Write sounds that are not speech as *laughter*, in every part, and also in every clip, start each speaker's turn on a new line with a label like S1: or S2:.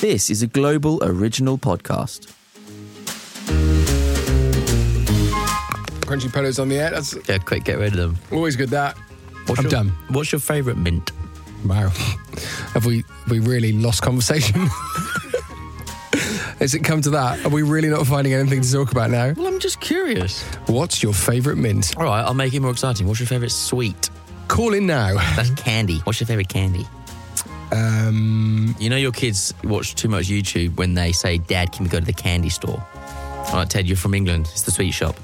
S1: This is a global original podcast.
S2: Crunchy Polos on the air. That's
S1: Yeah, quick, get rid of them.
S2: always good. That
S1: What's
S2: I'm
S1: your,
S2: done.
S1: What's your favourite mint?
S2: wow. Have we we really lost conversation? *laughs* Has it come to that? Are we really not finding anything to talk about now?
S1: Well, I'm just curious.
S2: What's your favourite mint?
S1: All right, I'll make it more exciting. What's your favourite sweet?
S2: Call in now.
S1: That's candy. What's your favourite candy?
S2: Um,
S1: You know your kids watch too much YouTube when they say, Dad, can we go to the candy store? All right, Ted, you're from England. It's the sweet shop.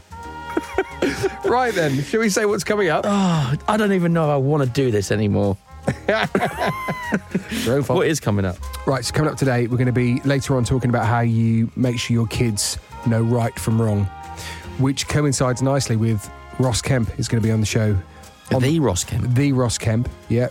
S2: right then, shall we say what's coming up?
S3: I don't even know if I want to do this anymore. What is coming up?
S2: Right, so coming up today, we're going to be later on talking about how you make sure your kids know right from wrong, which coincides nicely with Ross Kemp is going to be on the show. On
S1: the Ross Kemp.
S2: the Ross Kemp, yeah.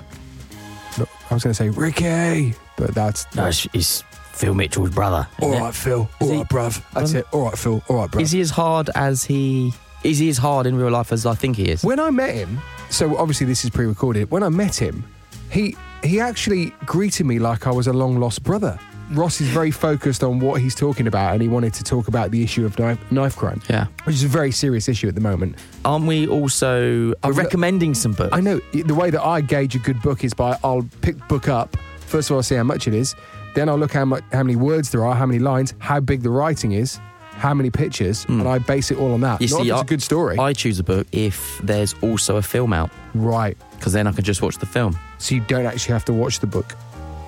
S2: No, I was going to say Ricky, but that's
S3: No, it's, it's Phil Mitchell's brother.
S2: all right, Phil. All
S3: he-
S2: right, bruv. That's
S3: Um,
S2: it. All right, Phil. All right, bruv.
S3: Is he as hard as he? Is he as hard in real life as I think he is?
S2: when I met him, so obviously this is pre-recorded. When I met him, he he actually greeted me like I was a long lost brother. Ross is very focused on what he's talking about, and he wanted to talk about the issue of knife, knife crime,
S3: Yeah.
S2: which is a very serious issue at the moment.
S3: Aren't we also
S2: I'm
S3: we're
S2: lo-
S3: recommending some books?
S2: I know the way that I gauge a good book is by I'll pick the book up first of all, I'll see how much it is, then I'll look how much how many words there are, how many lines, how big the writing is, how many pictures, and I base it all on that.
S3: Hmm. You
S2: Not
S3: see,
S2: if it's
S3: I-
S2: a good story,
S3: I choose a book if there's also a film out,
S2: right?
S3: because then I can just watch the film.
S2: So you don't actually have to watch the book.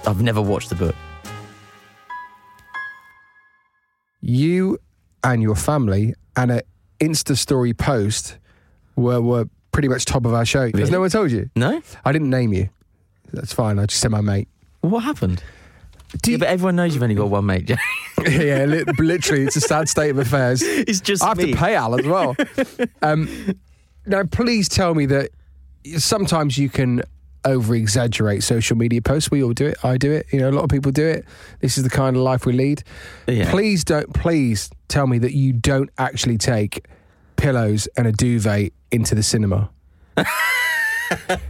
S3: I've never watched the book.
S2: you and your family and an Insta story post were were pretty much top of our show. Because no one told you.
S3: No.
S2: I didn't name you. That's fine. I just said my mate.
S3: What happened?
S2: Do
S3: Yeah,
S2: you,
S3: but everyone knows you've only got one mate. *laughs* Jack.
S2: *laughs* yeah, li- literally, it's a sad state
S3: *laughs*
S2: of affairs.
S3: it's just
S2: I have
S3: me.
S2: to pay Al as
S3: *laughs*
S2: well. um, now, please tell me that sometimes you can over exaggerate social media posts. We all do it. I do it. You know, a lot of people do it. This is the kind of life we lead.
S3: Yeah.
S2: Please don't, please tell me that you don't actually take pillows and a duvet into the
S3: *laughs*
S2: cinema.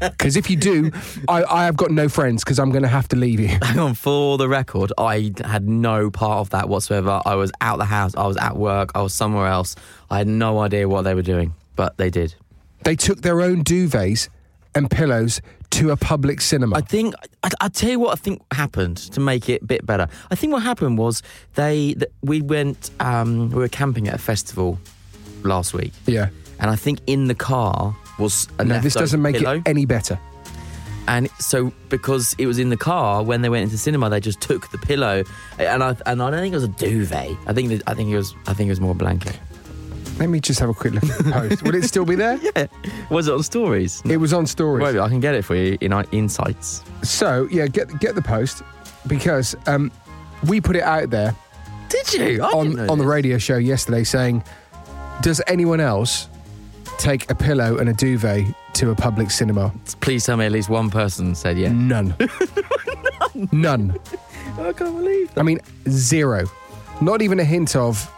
S2: Because if you do, I, I have got no friends because I'm going to have to leave you.
S3: Hang on, for the record, I had no part of that whatsoever. I was out the house, I was at work, I was somewhere else. I had no idea what they were doing, but they did.
S2: They took their own duvets and pillows to a public cinema.
S3: I think I, I tell you what I think happened to make it a bit better. I think what happened was they th- we went um, we were camping at a festival last week,
S2: yeah.
S3: and I think in the car was a
S2: No, this
S3: leftover
S2: doesn't make
S3: pillow.
S2: it any better.
S3: And so, because it was in the car when they went into cinema, they just took the pillow, and I and I don't think it was a duvet. I think that, I think it was I think it was more a blanket.
S2: Let me just have a quick
S3: *laughs*
S2: look at the post. Will it still be there?
S3: Was it on stories?
S2: It was on stories.
S3: Wait, I can get it for you in our insights.
S2: So yeah, get get the post because um, we put it out there
S3: Did you Oh, I
S2: on on the radio show yesterday, saying, "Does anyone else take a pillow and a duvet to a public cinema?"
S3: Please tell me at least one person said yeah. *laughs*
S2: None. None.
S3: I can't believe.
S2: I mean, zero. Not even a hint of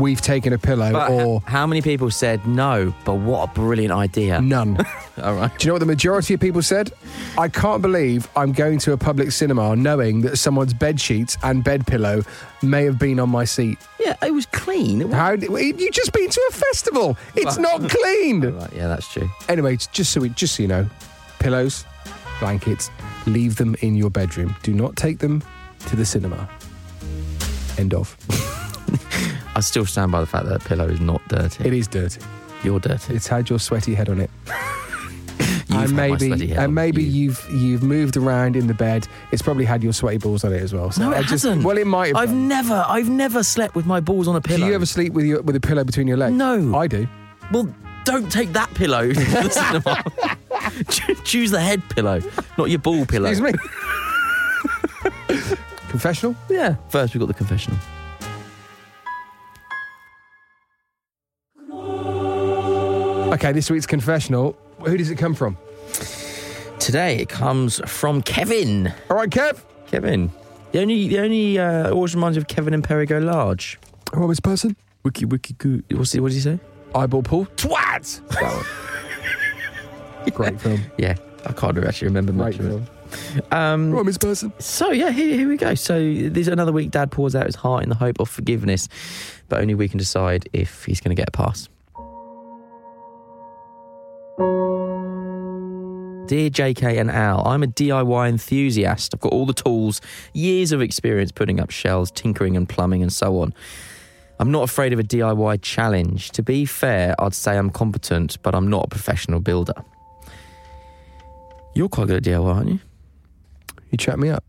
S2: we've taken a pillow
S3: But
S2: or
S3: h- how many people said no? But what a brilliant idea!
S2: none.
S3: *laughs* All right.
S2: Do you know what the majority of people said? I can't believe I'm going to a public cinema knowing that someone's bed sheets and bed pillow may have been on my seat.
S3: Yeah, it was clean. It was-
S2: How did, you just been to a festival?
S3: *laughs*
S2: It's not clean.
S3: Right, yeah, that's true.
S2: Anyway, it's just so we, just so you know, pillows, blankets, leave them in your bedroom. Do not take them to the cinema. End of.
S3: I I still stand by the fact that pillow is not dirty.
S2: It is dirty.
S3: You're dirty.
S2: It's had your sweaty head on it.
S3: You've had
S2: and
S3: my
S2: maybe
S3: sweaty head
S2: and
S3: on.
S2: maybe
S3: You-
S2: you've you've moved around in the bed. It's probably had your sweaty balls on it as well. So
S3: No, it
S2: I just,
S3: hasn't.
S2: Well, it might. Have
S3: I've
S2: done.
S3: never, I've never slept with my balls on a pillow.
S2: Do you ever sleep with your with a pillow between your legs?
S3: No.
S2: I do.
S3: Well, don't take that pillow *laughs* to the cinema. Cho- *laughs* Choose the head pillow, not your ball pillow.
S2: Excuse me.
S3: *laughs*
S2: Confessional.
S3: Yeah. First, we've got the confessional.
S2: Okay, this week's confessional. Who does it come from?
S3: Today, it comes from Kevin.
S2: All right, Kev.
S3: Kevin. The only, the only uh, always reminds me of Kevin and Perry Go Large.
S2: Who this person?
S3: Wiki, wiki, goo. What's he, what did he say?
S2: Eyeball Paul.
S3: Twat!
S2: That one. *laughs* Great film.
S3: Yeah, I can't actually remember much
S2: Great
S3: of it.
S2: film.
S3: Um,
S2: Who this person?
S3: So yeah, here, here we go. So there's another week. Dad pours out his heart in the hope of forgiveness, but only we can decide if he's going to get a pass. Dear JK and Al, I'm a DIY enthusiast. I've got all the tools, years of experience putting up shelves, tinkering and plumbing, and so on. I'm not afraid of a DIY challenge. To be fair, I'd say I'm competent, but I'm not a professional builder. You're quite good at DIY, aren't you?
S2: You chat me up.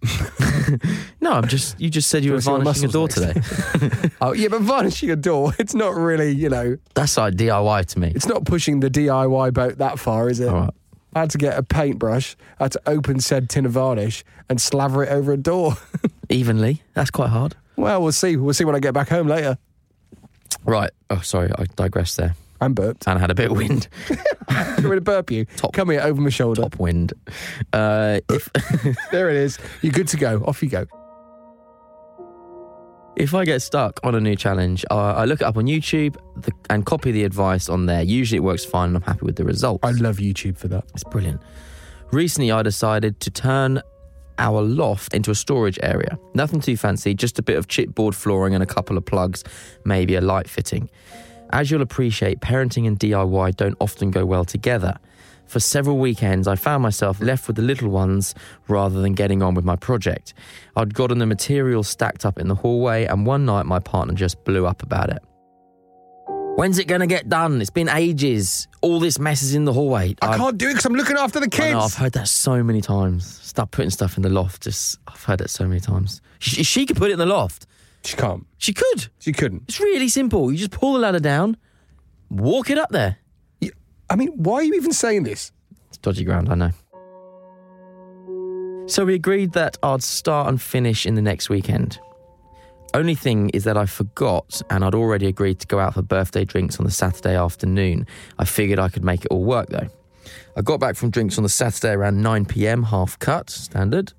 S3: No, I'm just. You just said you
S2: Do
S3: were
S2: I see my
S3: varnishing a door
S2: muscles
S3: today.
S2: Oh yeah, but varnishing a door. *laughs* It's not really. You know,
S3: That's like DIY to me.
S2: it's not pushing the DIY boat that far, is it?
S3: All right.
S2: I had to get a paintbrush. I had to open said tin of varnish and slaver it over a door. *laughs*
S3: Evenly. That's quite hard.
S2: well, we'll see. We'll see when I get back home later.
S3: Right. Oh, sorry. I digressed there. *laughs*
S2: I'm burped.
S3: And I had a bit of wind.
S2: I'm going to burp you.
S3: Top-
S2: Come here over my shoulder.
S3: Top wind. Uh, if *laughs*
S2: There it is. You're good to go. Off you go.
S3: if I get stuck on a new challenge, I, I look it up on YouTube the, and copy the advice on there. Usually it works fine, and I'm happy with the results.
S2: I love YouTube for that.
S3: It's brilliant. Recently, I decided to turn our loft into a storage area. Nothing too fancy, just a bit of chipboard flooring and a couple of plugs, maybe a light fitting. As you'll appreciate, parenting and DIY don't often go well together. For several weekends, I found myself left with the little ones rather than getting on with my project. I'd gotten the material stacked up in the hallway, and one night my partner just blew up about it. When's it going to get done? It's been ages. All this mess is in the hallway.
S2: I
S3: I've-
S2: can't do it because I'm looking after the
S3: I know, I've
S2: kids.
S3: heard that so many times. Stop putting stuff in the loft. Just I've heard that so many times. She, she could put it in the loft.
S2: She can't.
S3: She could.
S2: She couldn't.
S3: It's really simple. You just pull the ladder down, walk it up there.
S2: You- I mean, why are you even saying this?
S3: It's dodgy ground, I know. So we agreed that I'd start and finish in the next weekend. Only thing is that I forgot and I'd already agreed to go out for birthday drinks on the Saturday afternoon. I figured I could make it all work though. I got back from drinks on the Saturday around 9 pm, half cut, standard.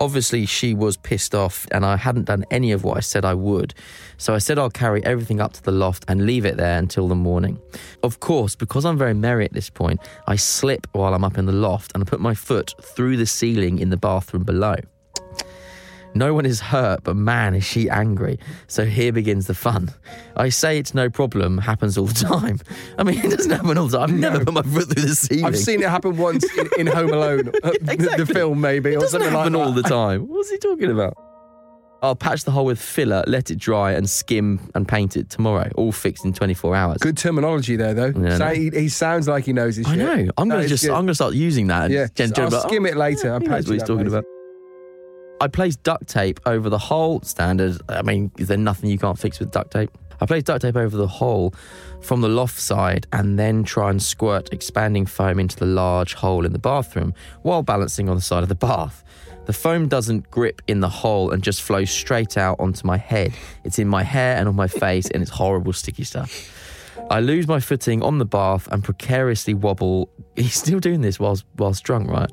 S3: Obviously, she was pissed off and I hadn't done any of what I said I would. So I said I'll carry everything up to the loft and leave it there until the morning. Of course, because I'm very merry at this point, I slip while I'm up in the loft and I put my foot through the ceiling in the bathroom below. No one is hurt, but man, is she angry. So here begins the fun. I say it's no problem, happens all the *laughs* time. I mean, it doesn't happen all the time. I've never put my foot through the ceiling.
S2: I've seen it happen once in, in Home Alone,
S3: *laughs*
S2: uh, the-
S3: exactly.
S2: the film maybe,
S3: It
S2: or
S3: doesn't
S2: something like
S3: happen
S2: that.
S3: all the time. What's he talking about? I'll patch the hole with filler, let it dry, and skim and paint it tomorrow. All fixed in 24 hours.
S2: Good terminology there, though.
S3: Yeah, I
S2: so
S3: know.
S2: he, he sounds like he knows his
S3: I
S2: shit.
S3: know. I'm gonna
S2: That is
S3: just.
S2: good.
S3: I'm *laughs* gonna start using that.
S2: Yeah,
S3: and Jen-
S2: just-
S3: Jen
S2: I'll
S3: be like,
S2: skim it later and
S3: he knows
S2: patch
S3: what
S2: it
S3: he's
S2: up
S3: talking
S2: later.
S3: about. I placed duct tape over the whole standard. I mean, is there nothing you can't fix with duct tape? I placed duct tape over the hole from the loft side and then try and squirt expanding foam into the large hole in the bathroom while balancing on the side of the bath. The foam doesn't grip in the hole and just flows straight out onto my head. It's in my hair and on my face, and it's horrible sticky stuff. I lose my footing on the bath and precariously wobble. *laughs* He's still doing this whilst whilst drunk, right?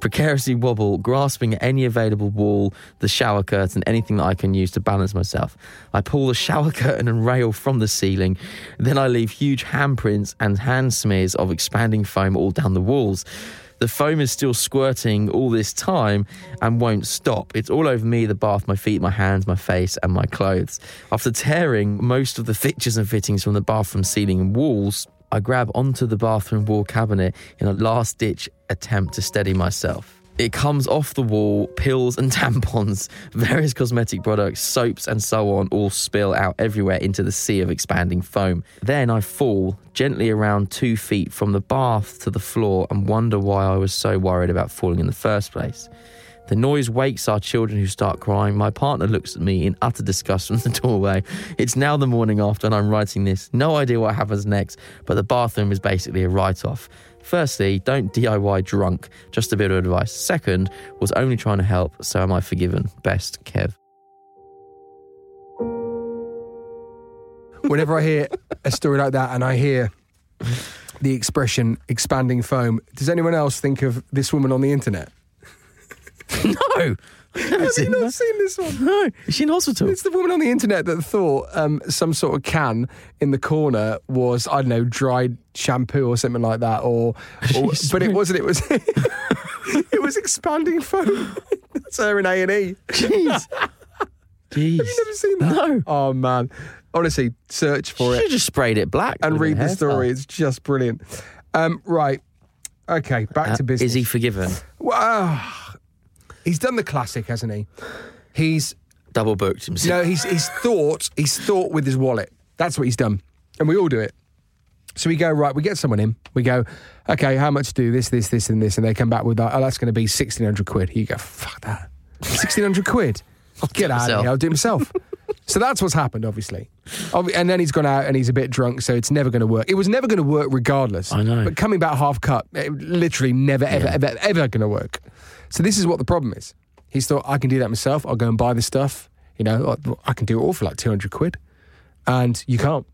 S3: Precariously wobble, grasping at any available wall, the shower curtain, anything that I can use to balance myself. I pull the shower *laughs* curtain and rail from the ceiling. Then I leave huge handprints and hand smears of expanding foam all down the walls. The foam is still squirting all this time and won't stop. It's all over me, the bath, my feet, my hands, my face, and my clothes. After tearing most of the fixtures and fittings from the bathroom ceiling and walls, I grab onto the bathroom wall cabinet in a last ditch attempt to steady myself. It comes off the wall, pills and *laughs* tampons, various cosmetic products, soaps, and so on all spill out everywhere into the sea of expanding foam. Then I fall gently around two feet from the bath to the floor and wonder why I was so worried about falling in the first place. The noise wakes our children who start crying. My partner looks at me in utter disgust from the doorway. It's now the morning after, and I'm writing this. No idea what happens next, but the bathroom is basically a write off. Firstly, don't DIY drunk. Just a bit of advice. Second, was only trying to help, so am I forgiven? Best,
S2: *laughs*
S3: Kev.
S2: Whenever I hear a story like that and I hear the expression expanding foam, does anyone else think of this woman on the internet?
S3: No! Have
S2: I've not seen this *laughs* one.
S3: No, is she in hospital?
S2: It's the woman on the internet that thought um, some sort of can in the corner was I don't know dried shampoo or something like that,
S3: *laughs*
S2: or, or but it wasn't. It was *laughs* it was expanding foam. That's her in A and E.
S3: Jeez. Jeez.
S2: Have you never seen that?
S3: No.
S2: Oh man, honestly, search for
S3: She
S2: it
S3: just sprayed it black.
S2: and
S3: with
S2: read
S3: her
S2: the
S3: hairstyle.
S2: story. It's just brilliant. Um, right, okay, back
S3: Uh,
S2: to business.
S3: Is he forgiven?
S2: Wow, he's done the classic, hasn't he? He's
S3: Double booked himself.
S2: No, he's he's thought he's thought with his wallet. That's what he's done, and we all do it. So we go right. We get someone in. We go, okay, how much do this, this, this, and this? And they come back with, like, oh, that's going to be sixteen hundred quid. You go, fuck that, sixteen hundred quid.
S3: it
S2: Get out of
S3: myself.
S2: here. I'll do it myself. so that's what's happened, obviously. Ob- And then he's gone out and he's a bit drunk, so it's never going to work. It was never going to work regardless.
S3: I know.
S2: But coming back half cut, it literally never, ever,
S3: Yeah.
S2: ever, ever going to work. So this is what the problem is. He's thought, I can do that myself. I'll go and buy the stuff. You know, I- I can do it all for like 200 quid. And you can't.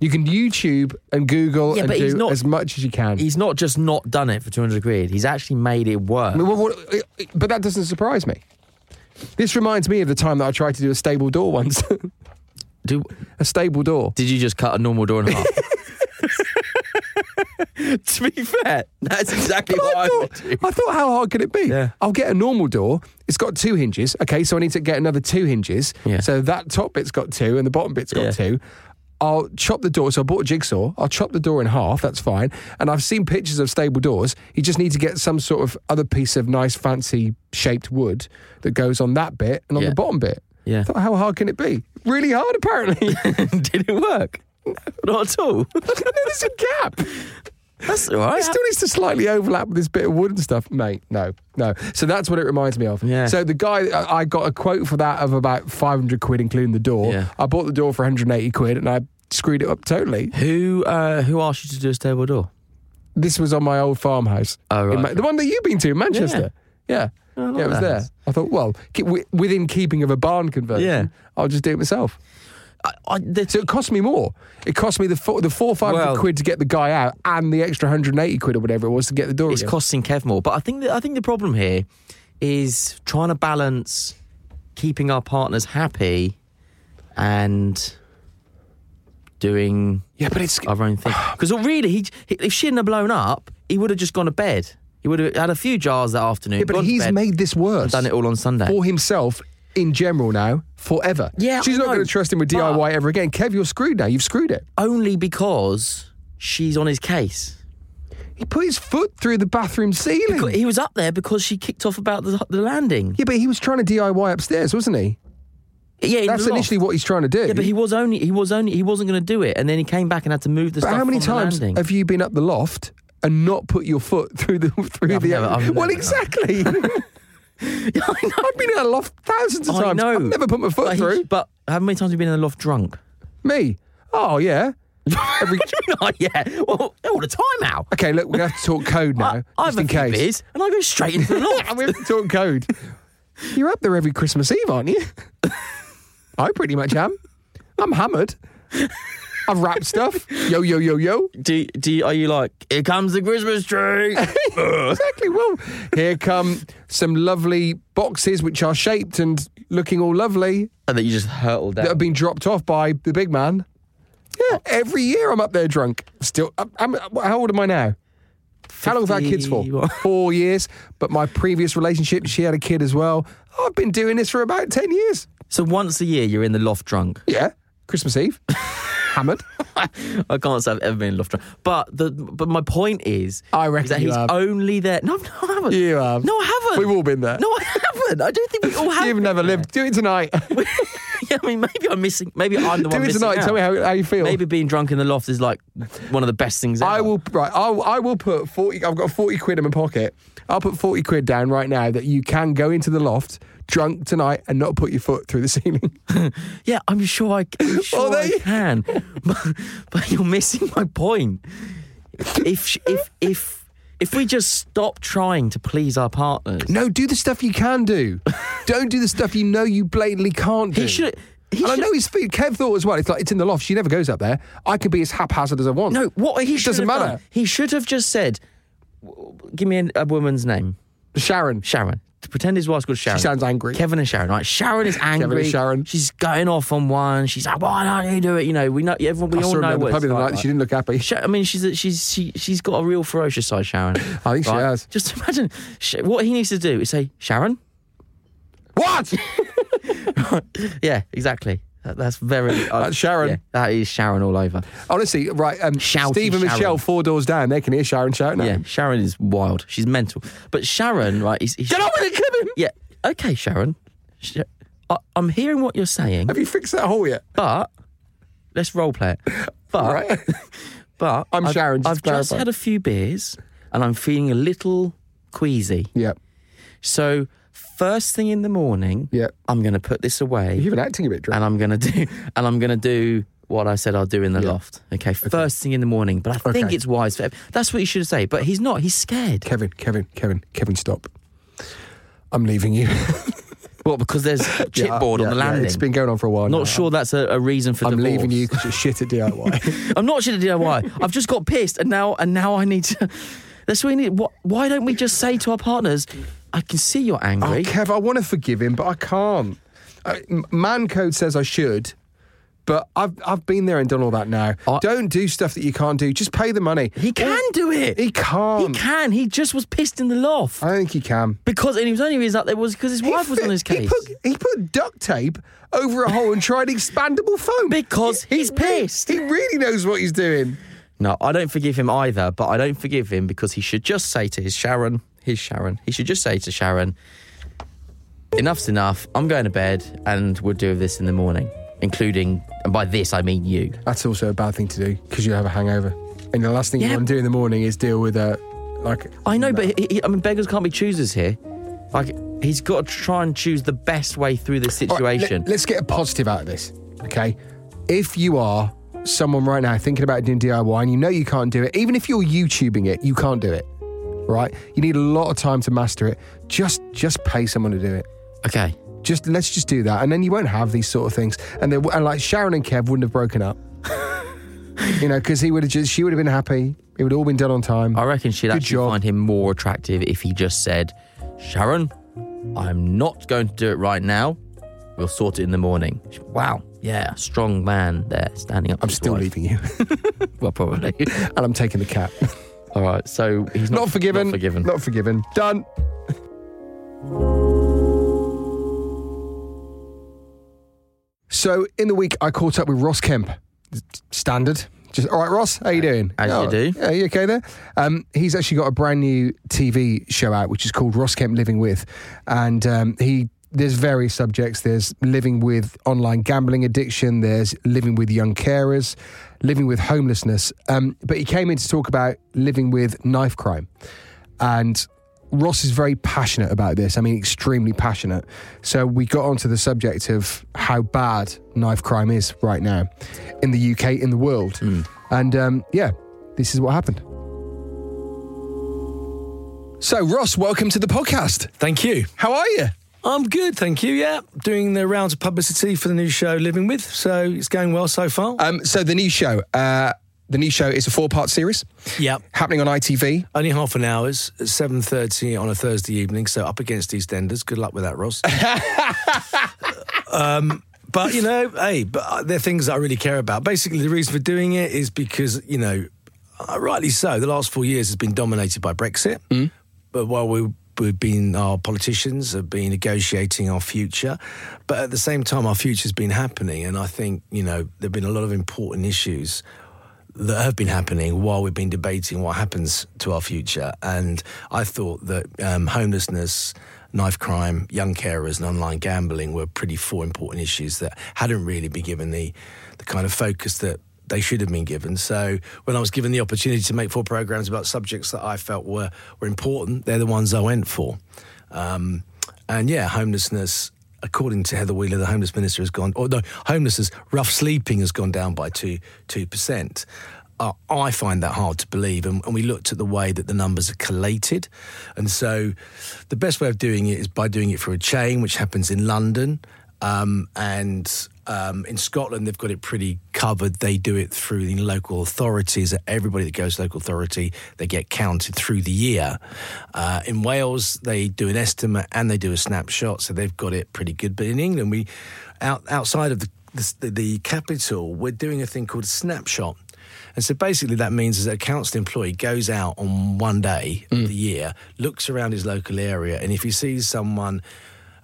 S2: You can YouTube and Google
S3: Yeah,
S2: and
S3: but
S2: do
S3: he's not-
S2: as much as you can.
S3: He's not just not done it for 200 quid. He's actually made it work.
S2: I mean, what- what- but that doesn't surprise me. This reminds me of the time that I tried to do a stable door once. *laughs*
S3: Do,
S2: a stable door.
S3: did you just cut a normal door in half? to be fair, that's exactly what
S2: I
S3: I
S2: thought,
S3: would do.
S2: I thought, how hard could it be?
S3: Yeah.
S2: I'll get a normal door. It's got two hinges. Okay, so I need to get another two hinges.
S3: Yeah.
S2: So that top bit's got two and the bottom bit's got
S3: Yeah.
S2: two. I'll chop the door. So I bought a jigsaw. I'll chop the door in half. That's fine. And I've seen pictures of stable doors. You just need to get some sort of other piece of nice, fancy shaped wood that goes on that bit and on
S3: Yeah.
S2: the bottom bit.
S3: Yeah.
S2: I thought, how hard can it be? Really hard,
S3: *laughs*
S2: apparently.
S3: Did it
S2: *laughs*
S3: work? Not at all.
S2: There's a gap.
S3: That's all right.
S2: It still needs to slightly overlap with this bit of wood and stuff, mate. No, no. So that's what it reminds me of.
S3: Yeah.
S2: So the guy, I I got a quote for that of about 500 quid, including the door.
S3: Yeah.
S2: I bought the door for 180 quid and I screwed it up totally.
S3: who uh, who asked you to do a stable door?
S2: This was on my old farmhouse.
S3: Oh,
S2: in
S3: right. Oh,
S2: Ma- the one that you've been to in Manchester. Yeah.
S3: I like
S2: yeah, it was
S3: that
S2: there.
S3: house.
S2: I thought, well, ke- wi- within keeping of a barn conversion,
S3: Yeah.
S2: I'll just do it myself.
S3: I, I, the,
S2: So it cost me more. It cost me the four, the four, five hundred
S3: Well-
S2: quid to get the guy out, and the extra hundred and eighty quid or whatever it was to get the door.
S3: it's
S2: again.
S3: costing Kev more. But I think that, I think the problem here is trying to balance keeping our partners happy and doing
S2: yeah, but it's
S3: our own thing.
S2: *sighs*
S3: Because really, he, he- if she hadn't have blown up, he would have just gone to bed. He would have had a few jars that afternoon.
S2: Yeah, but
S3: gone to
S2: he's
S3: bed,
S2: made this worse.
S3: and done it all on Sunday.
S2: for himself in general now forever.
S3: Yeah,
S2: she's
S3: I
S2: not
S3: know,
S2: going to trust him with
S3: but-
S2: DIY ever again. Kev, you're screwed now. You've screwed it.
S3: Only because she's on his case.
S2: He put his foot through the bathroom ceiling.
S3: Because- He was up there because she kicked off about the, the landing.
S2: yeah, but he was trying to DIY upstairs, wasn't he?
S3: Yeah, in
S2: That's
S3: the loft.
S2: initially what he's trying to do.
S3: Yeah, but he was only he was only he wasn't going to do it, and then he came back and had to move the
S2: But
S3: stuff.
S2: how many
S3: from the
S2: times
S3: landing.
S2: have you been up the loft and not put your foot *laughs* through the through
S3: I've
S2: the?
S3: never- I've
S2: well,
S3: never. *laughs*
S2: exactly. *laughs*
S3: I know.
S2: I've been in a loft thousands of
S3: I
S2: times.
S3: know.
S2: I've never put my foot
S3: But he-
S2: through.
S3: but how many times have you been in the loft drunk?
S2: Me? Oh yeah. *laughs* Every-
S3: oh, *laughs* yeah, well, all the time now.
S2: okay, look, we're gonna have to talk code now,
S3: *laughs* I
S2: just
S3: have
S2: in
S3: a few
S2: case.
S3: beers, and I go straight
S2: *laughs*
S3: into the loft.
S2: and we have to talk code. You're up there every Christmas Eve, aren't you? *laughs* I pretty much am. I'm hammered. I've wrapped stuff. Yo, yo, yo, yo.
S3: do do you, are you like here comes the Christmas
S2: *laughs*
S3: tree?
S2: Exactly. Well, here come some lovely boxes which are shaped and looking all lovely
S3: and then you just hurtle down.
S2: that have been dropped off by the big man. Yeah, every year I'm up there drunk. Still, I'm, I'm- how old am I now? How long have I had kids for?
S3: 51.
S2: Four years. But my previous relationship, she had a kid as well. I've been doing this for about 10 years.
S3: so once a year you're in the loft drunk. *laughs*
S2: *laughs* Yeah, Christmas Eve, hammered.
S3: I can't say I've ever been in a love triangle. But the but my point is,
S2: I reckon
S3: is that
S2: you
S3: he's
S2: have.
S3: only there. No, no, I haven't.
S2: You have.
S3: No, I haven't.
S2: We've all been there.
S3: No, I haven't. I don't think we
S2: *laughs*
S3: all have.
S2: You've
S3: been
S2: never
S3: there.
S2: lived. Do it tonight.
S3: *laughs* yeah, I mean, maybe I'm missing. Maybe I'm the
S2: Do
S3: one
S2: it
S3: missing
S2: tonight.
S3: out.
S2: Tell me how, how you feel.
S3: Maybe being drunk in the loft is like one of the best things. Ever.
S2: I will right. I'll, I will put forty. I've got forty quid in my pocket. I'll put forty quid down right now that you can go into the loft drunk tonight and not put your foot through the *laughs* ceiling.
S3: Yeah, I'm sure I,
S2: *laughs*
S3: I'm sure
S2: Oh, there
S3: I
S2: you-
S3: can. *laughs* but, but you're missing my point. If sh- if if if we just stop trying to please our partners,
S2: no, do the stuff you can *laughs* do. Don't do the stuff you know you blatantly can't do.
S3: he should. He
S2: and I
S3: should-
S2: know his feet. Kev thought as well. It's like it's in the loft. She never goes up there. I could be as haphazard as I want.
S3: No, what he
S2: It
S3: should
S2: doesn't
S3: have
S2: matter.
S3: done- he should have just said, w- "Give me a, a woman's name,
S2: Sharon.
S3: Sharon." To pretend his wife's called Sharon.
S2: sounds angry.
S3: Kevin and Sharon, right? Sharon
S2: *laughs*
S3: is angry.
S2: and Sharon.
S3: She's going off on one. She's like, "Why don't you do it?" You know, we know everyone. We
S2: I
S3: all
S2: saw her
S3: know
S2: in the
S3: what
S2: pub
S3: it's
S2: the other
S3: like,
S2: night.
S3: right?
S2: She didn't look happy.
S3: Sha- I mean, she's a, she's she she's got a real ferocious side, Sharon.
S2: *coughs* I think she has.
S3: Just imagine Sh- what he needs to do is say, Sharon.
S2: What?
S3: Yeah, exactly. That, that's very uh,
S2: *laughs* That's Sharon.
S3: yeah, that is Sharon all over.
S2: Honestly, right. Um,
S3: Shouty
S2: Steve and
S3: Sharon.
S2: Michelle, four doors down, they can hear Sharon shouting. at
S3: Yeah,
S2: them.
S3: Sharon is wild. She's mental. But Sharon, right? Is, is
S2: Get on with it, Kevin.
S3: Yeah. Okay, Sharon. Sh- I, I'm hearing what you're saying,
S2: Have you fixed that hole yet?
S3: but let's role play it. But *laughs*
S2: Right.
S3: but
S2: I'm
S3: I've-
S2: Sharon, just
S3: I've just
S2: clarify.
S3: had a few beers, and I'm feeling a little queasy.
S2: Yeah.
S3: So first thing in the morning,
S2: Yeah.
S3: I'm going to put this away,
S2: You've been acting a bit drunk.
S3: and I'm going to do, and I'm going to do what I said I'll do in the loft. Okay, first thing in the morning. But I think
S2: Okay.
S3: it's wise. For, that's what you should say. But he's not. He's scared.
S2: Kevin, Kevin, Kevin, Kevin, stop. I'm leaving you.
S3: Well, because there's
S2: Yeah,
S3: *laughs* chipboard
S2: yeah,
S3: on the
S2: yeah,
S3: landing.
S2: it's been going on for a while.
S3: not
S2: now.
S3: sure that's a, a reason for.
S2: I'm
S3: divorce.
S2: leaving you because you're shit
S3: *laughs*
S2: at DIY.
S3: I'm not sure to
S2: *laughs*
S3: DIY. I've just got pissed, and now and now I need to. That's what we need. What, why don't we just say to our partners, "I can see you're
S2: oh,
S3: angry."
S2: Kev, I want to forgive him, but I can't. Uh, M- man code says I should, but I've I've been there and done all that now.
S3: I-
S2: Don't do stuff that you can't do. Just pay the money.
S3: He can do it.
S2: He
S3: He
S2: can't.
S3: can. He just was pissed in the loft.
S2: I don't think he can.
S3: Because and he was only reason up there was because his wife was
S2: He
S3: on his
S2: fi-
S3: case.
S2: He put, he put duct tape over a hole and tried expandable foam.
S3: Because he's
S2: really-
S3: pissed.
S2: He really knows what he's doing.
S3: No, I don't forgive him either, but I don't forgive him because he should just say to his Sharon, his Sharon, he should just say to Sharon, enough's enough. I'm going to bed and we'll do this in the morning, including, and by this I mean you.
S2: That's also a bad thing to do because you have a hangover. And the last thing you
S3: Yeah.
S2: want to do in the morning is deal with a, like,
S3: I know, but he, he, I mean, beggars can't be choosers here. Like, he's got to try and choose the best way through this
S2: All right,
S3: situation.
S2: let, us get a positive out of this, okay? If you are someone right now thinking about doing DIY and you know you can't do it, even if you're YouTubing it, you can't do it, right? You need a lot of time to master it. Just, just pay someone to do it.
S3: okay.
S2: Just let's just do that, and then you won't have these sort of things. And they, and like Sharon and Kev wouldn't have
S3: *laughs*
S2: broken up, you know, because he would have just she would have been happy. It would have all been done on time.
S3: I reckon she'd
S2: Good
S3: actually
S2: job.
S3: find him more attractive if he just said, Sharon, I'm not going to do it right now. We'll sort it in the morning. Wow. Yeah, strong man there standing up.
S2: I'm still leaving you, *laughs*
S3: Well, probably. *laughs*
S2: and I'm taking the cat.
S3: All right, so he's *laughs* not,
S2: not forgiven.
S3: Not forgiven.
S2: Not forgiven. Done. So in the week, I caught up with Ross Kemp. Standard. Just all right, Ross. How you doing?
S3: As you
S2: Oh,
S3: do.
S2: Yeah, you okay there? Um, he's actually got a brand new TV show out, which is called Ross Kemp Living with, and um, he. There's various subjects. There's living with online gambling addiction. There's living with young carers, living with homelessness. Um, but he came in to talk about living with knife crime and Ross is very passionate about this. I mean, extremely passionate. So we got onto the subject of how bad knife crime is right now in the UK, in the world, and um, yeah, this is what happened. So Ross, welcome to the podcast.
S4: Thank you.
S2: How are you?
S4: I'm good, thank you. Yeah, doing the rounds of publicity for the new show Living With, so it's going well so far.
S2: Um, so the new show, uh, the new show is a four-part series
S4: yep.
S2: happening on ITV.
S4: *laughs* Only half an hour's at 7.30 on a Thursday evening, so up against EastEnders. Good luck with that, Ross. um, but, you know, hey, but uh, they're things that I really care about. Basically, the reason for doing it is because, you know, uh, rightly so, the last four years has been dominated by Brexit. But while we, we've been, our politicians have been negotiating our future, but at the same time, our future's been happening. And I think, you know, there have been a lot of important issues that have been happening while we've been debating what happens to our future. And I thought that um, homelessness, knife crime, young carers, and online gambling were pretty four important issues that hadn't really been given the, the kind of focus that they should have been given. So when I was given the opportunity to make four programs about subjects that I felt were, were important, they're the ones I went for. Um, and yeah, homelessness, according to Heather Wheeler, the homeless minister has gone, or no, homelessness, rough sleeping has gone down by 2 2%. Uh, I find that hard to believe. And, and we looked at the way that the numbers are collated. And so the best way of doing it is by doing it through a chain, which happens in London. Um, and um, in Scotland, they've got it pretty covered. They do it through the local authorities. Everybody that goes to local authority, they get counted through the year. Uh, in Wales, they do an estimate and they do a snapshot, so they've got it pretty good. But in England, we out, outside of the, the, the capital, we're doing a thing called a snapshot. And so basically, that means is that a council employee goes out on one day of the year, looks around his local area, and if he sees someone,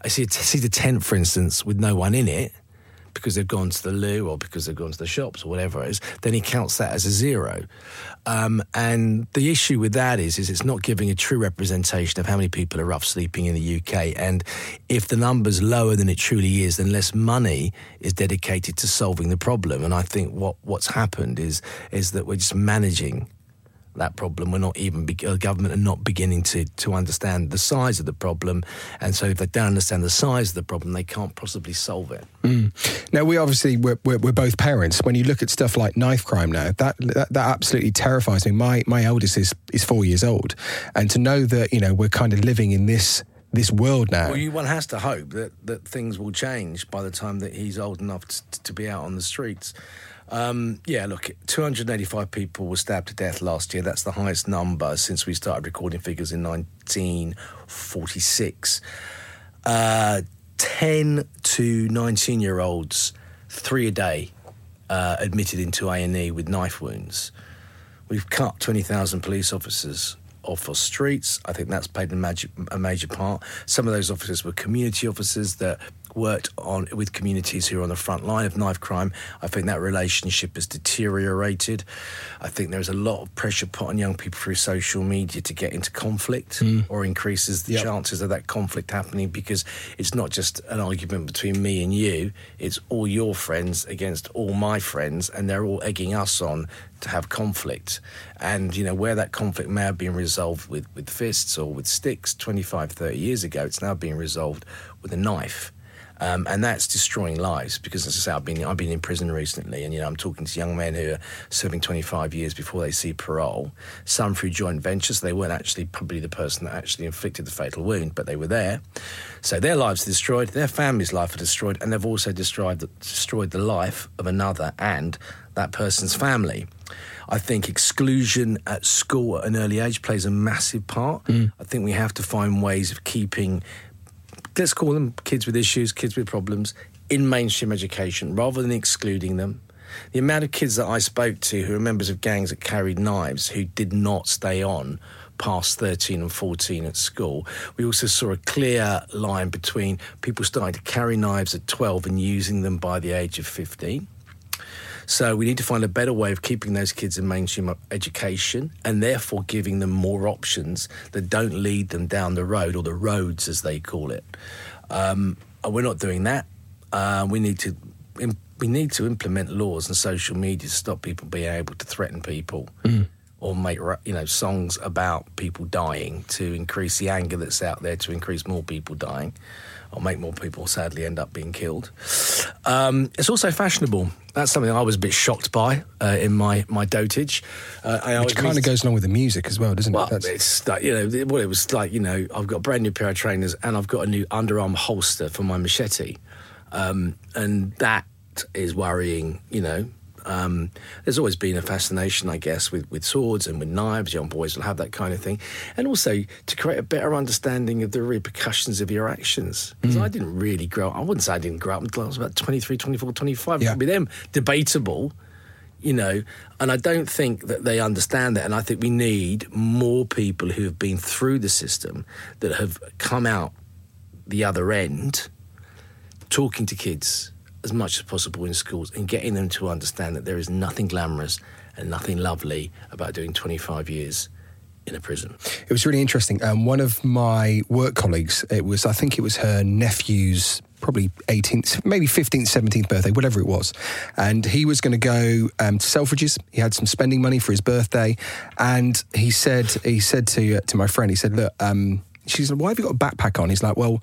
S4: I see sees a tent, for instance, with no one in it because they've gone to the loo or because they've gone to the shops or whatever it is, then he counts that as a zero. Um, and the issue with that is, is it's not giving a true representation of how many people are rough sleeping in the UK. And if the number's lower than it truly is, then less money is dedicated to solving the problem. And I think what, what's happened is is that we're just managing that problem. We're not even be- uh, government are not beginning to to understand the size of the problem, and so if they don't understand the size of the problem, they can't possibly solve it.
S2: Now we obviously we're, we're, we're both parents. When you look at stuff like knife crime now, that that, that absolutely terrifies me. My my eldest is is four years old, and to know that you know we're kind of living in this this world now.
S4: Well, you, one has to hope that, that things will change by the time that he's old enough to, to be out on the streets. Um, yeah, look, 285 people were stabbed to death last year. That's the highest number since we started recording figures in 1946. Uh, 10 to 19 year olds, three a day, uh, admitted into A&E with knife wounds. We've cut 20,000 police officers off our streets. I think that's played a major, a major part. Some of those officers were community officers that worked on with communities who are on the front line of knife crime. I think that relationship has deteriorated. I think there's a lot of pressure put on young people through social media to get into conflict or increases the
S2: Yep.
S4: chances of that conflict happening because it's not just an argument between me and you, it's all your friends against all my friends, and they're all egging us on to have conflict. And, you know, where that conflict may have been resolved with, with fists or with sticks 25, 30 years ago, it's now being resolved with a knife. Um, and that's destroying lives because, as I say, I've been I've been in prison recently, and you know I'm talking to young men who are serving 25 years before they see parole. Some through joint ventures, they weren't actually probably the person that actually inflicted the fatal wound, but they were there, so their lives are destroyed, their family's life are destroyed, and they've also destroyed the, destroyed the life of another and that person's family. I think exclusion at school at an early age plays a massive part. I think we have to find ways of keeping let's call them kids with issues, kids with problems in mainstream education rather than excluding them. The amount of kids that I spoke to who are members of gangs that carried knives who did not stay on past 13 and 14 at school. We also saw a clear line between people starting to carry knives at 12 and using them by the age of 15. So we need to find a better way of keeping those kids in mainstream education and therefore giving them more options that don't lead them down the road or the roads as they call it. Um, and we're not doing that. Uh, we need to im- we need to implement laws and social media to stop people being able to threaten people.
S2: Mm.
S4: Or make ra- you know songs about people dying to increase the anger that's out there to increase more people dying, or make more people sadly end up being killed. Um, it's also fashionable. That's something I was a bit shocked by uh, in my my dotage. Uh, I always
S2: which kind of
S4: meet-
S2: goes along with the music as well, doesn't
S4: well,
S2: it? That's-
S4: it's like you know, it- well, it was like you know, I've got a brand new pair of trainers and I've got a new underarm holster for my machete, um, and that is worrying. You know, um, there's always been a fascination, I guess, with with swords and with knives. Young boys will have that kind of thing, and also to create a better understanding of the repercussions of your actions. Because I didn't really grow. I wouldn't say I didn't grow up until I was about 23, 24, 25.
S2: Yeah.
S4: With them, debatable you know, and I don't think that they understand that. And I think we need more people who have been through the system that have come out the other end talking to kids as much as possible in schools and getting them to understand that there is nothing glamorous and nothing lovely about doing 25 years in a prison.
S2: It was really interesting. Um, one of my work colleagues, it was, I think it was her nephew's probably 18th, maybe 15th, 17th birthday, whatever it was. And he was going to go um, to Selfridges. He had some spending money for his birthday. And he said, he said to, to my friend, he said, look, um, she said, why have you got a backpack on? He's like, well,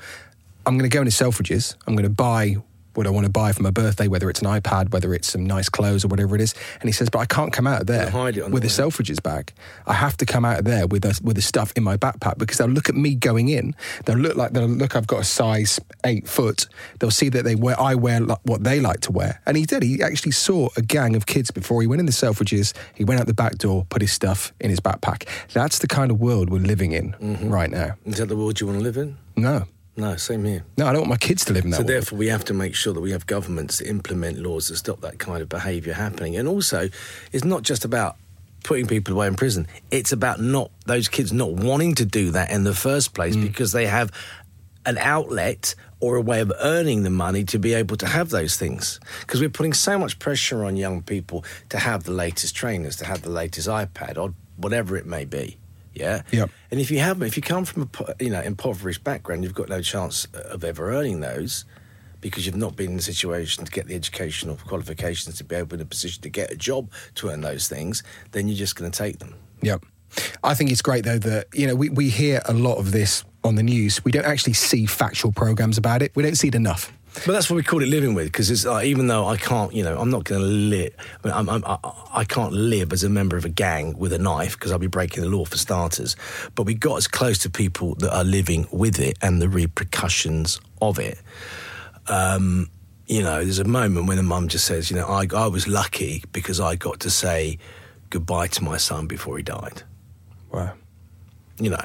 S2: I'm going to go into Selfridges. I'm going to buy what I want to buy for my birthday, whether it's an iPad, whether it's some nice clothes or whatever it is. And he says, but I can't come out of there
S4: hide it on
S2: with
S4: the
S2: a
S4: way.
S2: Selfridges bag. I have to come out of there with a, with the stuff in my backpack because they'll look at me going in. They'll look like they'll look. I've got a size eight foot. They'll see that they wear. I wear like what they like to wear. And he did. He actually saw a gang of kids before he went in the Selfridges. He went out the back door, put his stuff in his backpack. That's the kind of world we're living in
S4: Mm-hmm.
S2: right now.
S4: Is that the world you want to live in?
S2: No,
S4: No, same here.
S2: no, I don't want my kids to live in that
S4: So
S2: world.
S4: therefore, we have to make sure that we have governments that implement laws that stop that kind of behaviour happening. And also, it's not just about putting people away in prison; it's about not those kids not wanting to do that in the first place
S2: Mm.
S4: because they have an outlet or a way of earning the money to be able to have those things. Because we're putting so much pressure on young people to have the latest trainers, to have the latest iPad, or whatever it may be. Yeah.
S2: Yep.
S4: And if you have, if you come from a po- you know impoverished background, you've got no chance of ever earning those because you've not been in a situation to get the educational qualifications to be able in a position to get a job to earn those things. Then you're just going to take them.
S2: Yep. I think it's great though that you know we, we hear a lot of this on the news. We don't actually see factual programs about it. We don't see it enough.
S4: But that's what we call it living with, because it's like, even though I can't, you know, I'm not going to live. I, mean, I'm, I'm, I, I can't live as a member of a gang with a knife because I'll be breaking the law for starters. But we got as close to people that are living with it and the repercussions of it. Um, you know, there's a moment when the mum just says, you know, I, I was lucky because I got to say goodbye to my son before he died
S2: Wow.
S4: you know,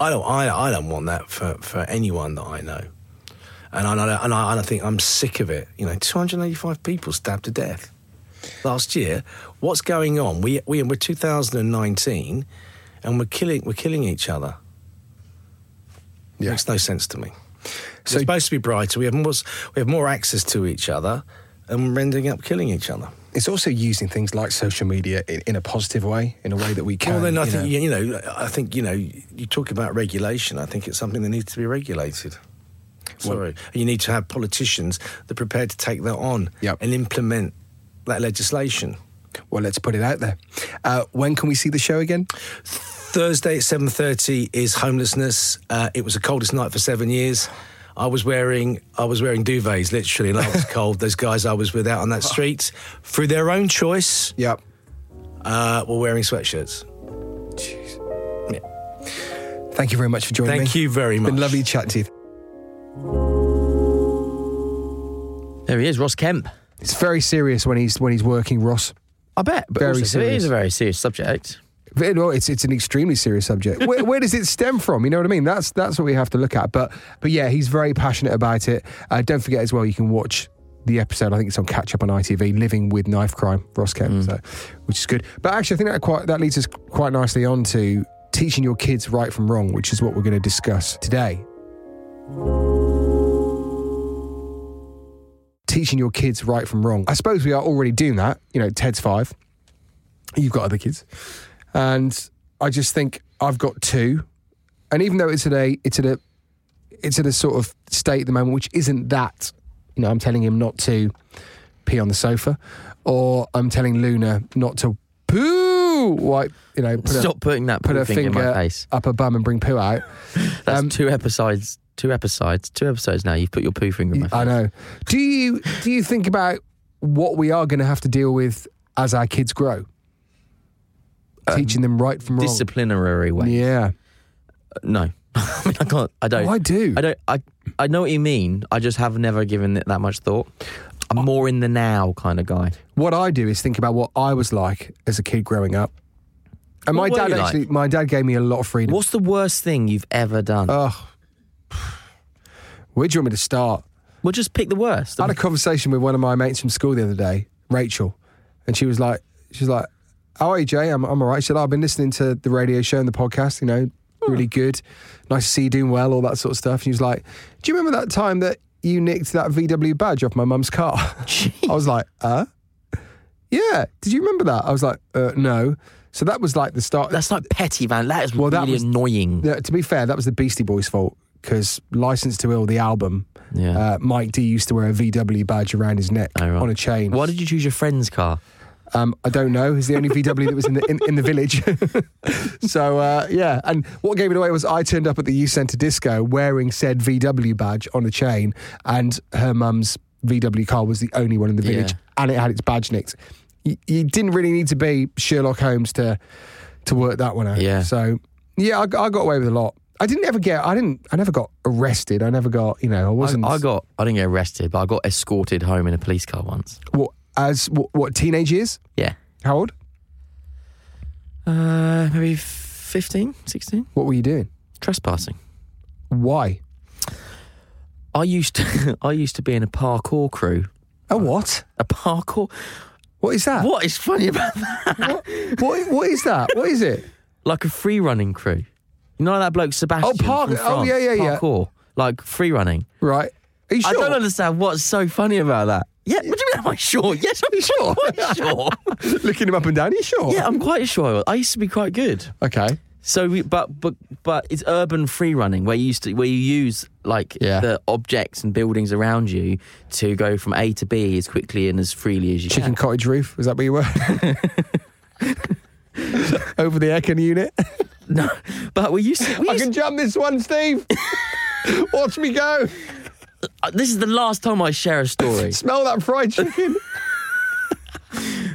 S4: I don't, I, I don't want that for, for anyone that I know. And I, and I, and I, and I think I'm sick of it. You know, 285 people stabbed to death last year. What's going on? We, we, we're 2019 and we're killing, we're killing each other.
S2: Yeah.
S4: Makes no sense to me. So
S2: So-
S4: we're supposed to be brighter. We have, more, s- we have more access to each other and we're ending up killing each other.
S2: It's also using things like social media in, in a positive way, in a way that we can.
S4: Well, then I
S2: you
S4: think
S2: know.
S4: you you know, I think you know, you talk about regulation. I think it's something that needs to be regulated. Sorry, and you need to have politicians that are prepared to take that on
S2: Yep.
S4: and implement that legislation.
S2: Well, let's put it out there. Uh, when can we see the show again?
S4: Thursday at seven thirty is homelessness. Uh, it was the coldest night for seven years. I was wearing I was wearing duvets literally, and I
S2: *laughs*
S4: was cold. Those guys I was with out on that street, through their own choice,
S2: Yep.
S4: uh, were wearing sweatshirts.
S2: Thank you very much for joining me.
S4: Thank you very
S2: It's
S4: much.
S2: been lovely to chat to you.
S3: There he is, Ross Kemp.
S2: It's very serious when he's when he's working, Ross.
S3: I bet. But
S2: Very
S3: also, so it
S2: serious.
S3: is a very serious subject.
S2: But, no, it's it's an extremely serious subject. Where, where does it stem from? You know what I mean? That's that's what we have to look at. But but yeah, he's very passionate about it. Uh, don't forget as well, you can watch the episode. I think it's on catch up on ITV. Living with knife crime, Ross Kemp, so, which is good. But actually, I think that quite that leads us quite nicely on to teaching your kids right from wrong, which is what we're going to discuss today. Teaching your kids right from wrong. I suppose we are already doing that. You know, Ted's five. You've got other kids and I just think I've got two. And even though it's at a it's at a it's at a sort of state at the moment which isn't that, you know, I'm telling him not to pee on the sofa, or I'm telling Luna not to poo wipe, you know, put
S3: Stop
S2: her,
S3: putting that
S2: put her
S3: thing
S2: finger
S3: in my face.
S2: up her bum and bring poo out.
S3: That's
S2: um,
S3: two episodes. Two episodes. Two episodes now. You've put your poo finger in my face.
S2: I know. Do you do you think about what we are going to have to deal with as our kids grow?
S3: Um,
S2: Teaching them right from wrong.
S3: Disciplinary way.
S2: Yeah.
S3: No. *laughs* I mean, I can't. I don't.
S2: Oh, I do.
S3: I don't. I. I know what you mean. I just have never given it that much thought. I'm more in the now kind of guy.
S2: what I do is think about what I was like as a kid growing up. And my
S3: What were
S2: dad
S3: you like?
S2: actually, my dad gave me a lot of freedom.
S3: What's the worst thing you've ever done?
S2: Ugh. Where do you want me to start?
S3: well, just pick the worst.
S2: I had a conversation with one of my mates from school the other day, Rachel, and she was like, she's like, "How are you, Jay? I'm, I'm all right." She said, "Oh, "I've been listening to the radio show and the podcast. You know, really good. Nice to see you doing well, all that sort of stuff." And she was like, "Do you remember that time that you nicked that VW badge off my mum's car. *laughs* I was like, uh? Yeah. Did you remember that? I was like, uh, no. So that was like the start.
S3: That's like petty, man. That is
S2: Well, that
S3: really
S2: was-
S3: annoying.
S2: Yeah, to be fair, that was the Beastie Boys' fault because License to Ill, the album,
S3: Yeah.
S2: uh, Mike D used to wear a VW badge around his neck
S3: Oh, right.
S2: on a chain.
S3: Why did you choose your friend's car?
S2: Um, I don't know. He's the only VW that was in the in, in the village. *laughs* so uh, yeah, and what gave it away was I turned up at the youth centre disco wearing said VW badge on a chain, and her mum's VW car was the only one in the village,
S3: Yeah.
S2: and it had its badge nicked. You, you didn't really need to be Sherlock Holmes to to work that one out.
S3: Yeah.
S2: So yeah, I, I got away with a lot. I didn't ever get. I didn't. I never got arrested. I never got. You know, I
S3: I,
S2: wasn't.
S3: I got. I didn't get arrested, but I got escorted home in a police car once.
S2: what, as what, what teenage years?
S3: Yeah.
S2: How old?
S3: Uh, maybe 15, 16?
S2: What were you doing?
S3: Trespassing.
S2: Why?
S3: I used to. *laughs* I used to be in a parkour crew.
S2: A what?
S3: A parkour.
S2: What is that?
S3: What is funny about that?
S2: What, what is that? What is it?
S3: Like a free running crew. You know that bloke Sebastian?
S2: park-
S3: from
S2: oh,
S3: France?
S2: yeah, yeah, yeah.
S3: Parkour. Like free running.
S2: Right. Are you sure?
S3: I don't understand what's so funny about that. Yeah, what do you mean? Am I sure? Yes, I'm sure. Quite sure.
S2: *laughs* Looking him up and down. Are you sure?
S3: yeah, I'm quite sure. I was. I used to be quite good.
S2: Okay.
S3: So, we, but but but it's urban free running where you used to, where you use like
S2: Yeah.
S3: the objects and buildings around you to go from A to B as quickly and as freely as you can.
S2: Chicken cottage roof. Was that where you *laughs* were? Over the Ecken unit.
S3: *laughs* No, but we used to. We
S2: I
S3: used
S2: can jump this one, *laughs* Steve. Watch me go.
S3: uh, this is the last time I share a
S2: *laughs*
S3: story.
S2: Smell that fried chicken.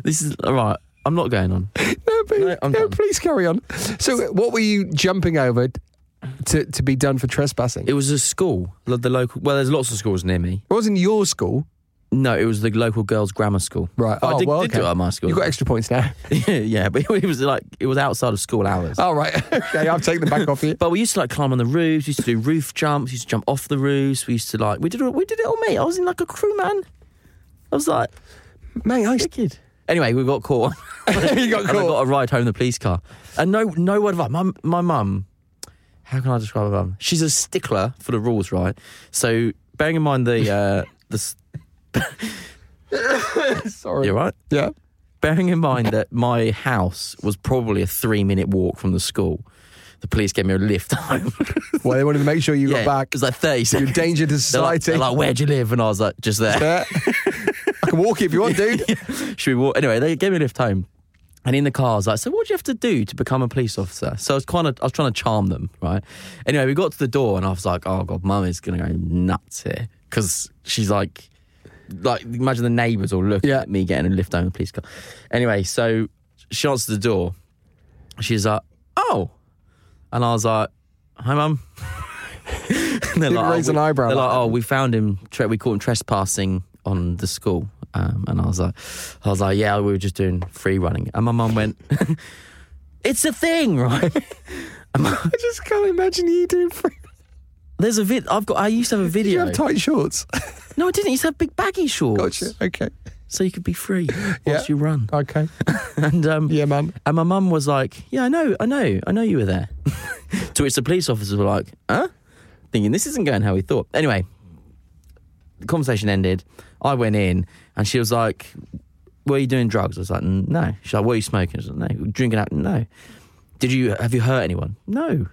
S3: this is all right. I'm not going on.
S2: *laughs* No, please,
S3: No, I'm
S2: no,
S3: done.
S2: please carry on. So, what were you jumping over to, to be done for trespassing?
S3: It
S2: It
S3: was a school, lo- the local. Well, there's lots of schools near me.
S2: wasn't your school,
S3: No, it was the local girls' grammar school.
S2: right?
S3: But I
S2: oh,
S3: did,
S2: well,
S3: did
S2: okay.
S3: do it at my school.
S2: You got extra points *laughs* now.
S3: *laughs* yeah, but it was like it was outside of school hours.
S2: All right. *laughs* okay, I'll take them back off you.
S3: But we used to like climb on the roofs. We used to do roof jumps. We used to jump off the roofs. We used to like we did it- we did it all, mate. I was in like a crew man. I was like
S2: *laughs* Mate, I
S3: a
S2: *laughs*
S3: kid. Anyway, we got caught. *laughs*
S2: You got
S3: And I
S2: caught.
S3: got a ride home in the police car. And no, no word of my mum- my mum. How can I describe my mum? She's a stickler for the rules, right? So bearing in mind the uh, the s-
S2: sorry.
S3: you're right.
S2: Yeah.
S3: bearing in mind that my house was probably a three minute walk from the school, the police gave me a lift *laughs* home.
S2: Well, they wanted to make sure you got back.
S3: It was like 30 seconds.
S2: *laughs* You're a danger to
S3: They're like,
S2: society.
S3: they're like, where do you live? And I was like, just there.
S2: Yeah. *laughs* I can walk it if you want, *laughs* dude.
S3: *laughs* Should we walk? Anyway, they gave me a lift home. And in the car, I was like, so what do you have to do to become a police officer? So I was kind of, I was trying to charm them, right? Anyway, we got to the door and I was like, oh God, mum is going to go nuts here. Because she's like, like imagine the neighbours all looking
S2: Yeah.
S3: at me getting a lift home in the police car. Anyway, so she answered the door. She's like, oh. And I was like, hi, mum. *laughs* And they're
S2: Didn't raise
S3: we-
S2: an eyebrow
S3: They're
S2: like
S3: like, oh, we found him. Tre- we caught him trespassing on the school. Um, and I was like, I was like, yeah, we were just doing free running. And my mum went, *laughs* it's a thing, *laughs* right? And my-
S2: I just can't imagine you doing free.
S3: *laughs* There's a vid. I've got. I used to have a
S2: Did you
S3: video.
S2: have tight shorts?
S3: no, I didn't. I used to have big baggy shorts,
S2: *laughs* Gotcha. Okay.
S3: so you could be free whilst
S2: *laughs* Yeah.
S3: you run.
S2: Okay.
S3: And um,
S2: Yeah, man.
S3: And my mum was like, "Yeah, I know, I know, I know you were
S2: *laughs*
S3: there." to which the police officers were like, "Huh?" Thinking this isn't going how we thought. Anyway, the conversation ended. I went in, and she was like, "Were you doing drugs?" I was like, "No." She's like, "Were you smoking?" I was like, "No." Drinking out? No. Did you have you hurt anyone? No. And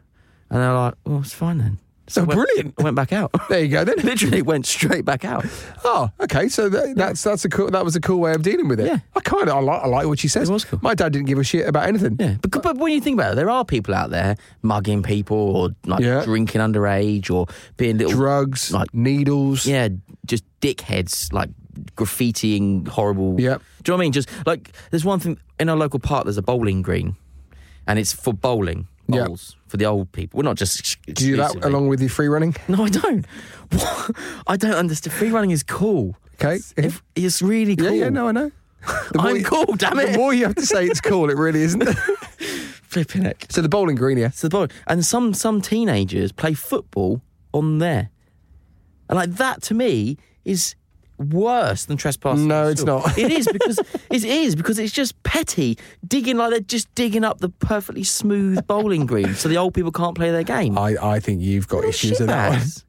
S3: they're like, "Well, it's fine then." So
S2: Oh,
S3: I went-
S2: brilliant.
S3: I went back out.
S2: *laughs* There you go then.
S3: *laughs* Literally went straight back out.
S2: Oh, okay. So that, that's that's a cool. That was a cool way of dealing with it.
S3: Yeah.
S2: I kind of I like I like what she says.
S3: It was cool.
S2: My dad didn't give a shit about anything.
S3: Yeah, but, but when you think about it, there are people out there mugging people or like
S2: Yeah.
S3: drinking underage or being little
S2: Drugs,
S3: Like-
S2: needles.
S3: yeah, just dickheads like graffitiing horrible.
S2: Yep.
S3: Do you know what I mean? Just like there's one thing in our local park. There's a bowling green, and it's for bowling
S2: Yep.
S3: bowls for the old people. We're not just.
S2: Do you do that along with your free running?
S3: No, I don't. *laughs* What? I don't understand. Free running is cool.
S2: Okay.
S3: If- it's really cool.
S2: Yeah, yeah, no, I know. The
S3: I'm
S2: more you-
S3: cool, damn
S2: The
S3: it.
S2: more you have to
S3: *laughs*
S2: say it's cool, it really isn't. *laughs*
S3: Flipping it.
S2: so the bowling green, yeah.
S3: So the bowling, and some some teenagers play football on there, and like that to me is worse than trespassing.
S2: No,
S3: at
S2: it's
S3: all.
S2: not.
S3: it is
S2: *laughs*
S3: because it is because it's just petty digging like they're just digging up the perfectly smooth bowling green, so the old people can't play their game.
S2: I, I think you've got
S3: Little
S2: issues with that one.
S3: shitbags.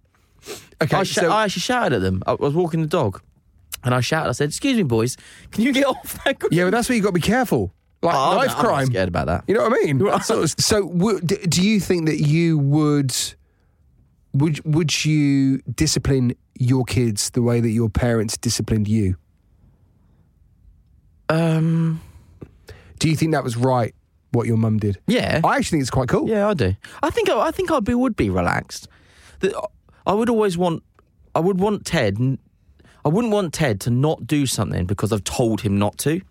S2: Okay,
S3: I, sh-
S2: so-
S3: I actually shouted at them. I was walking the dog, and I shouted. I said, "Excuse me, boys, can you get off that?"
S2: Yeah, but that's where you got to be careful. Like
S3: Oh, I'm
S2: knife
S3: not- I'm not
S2: crime.
S3: scared about that.
S2: You know what I mean?
S3: *laughs*
S2: So, so w- d- do you think that you would would would you discipline your kids the way that your parents disciplined you?
S3: Um,
S2: Do you think that was right what your mum did?
S3: yeah,
S2: I actually think it's quite cool.
S3: yeah, I do. I think I, I think I be, would be relaxed. The, I would always want. I would want Ted. n- I wouldn't want Ted to not do something because I've told him not to.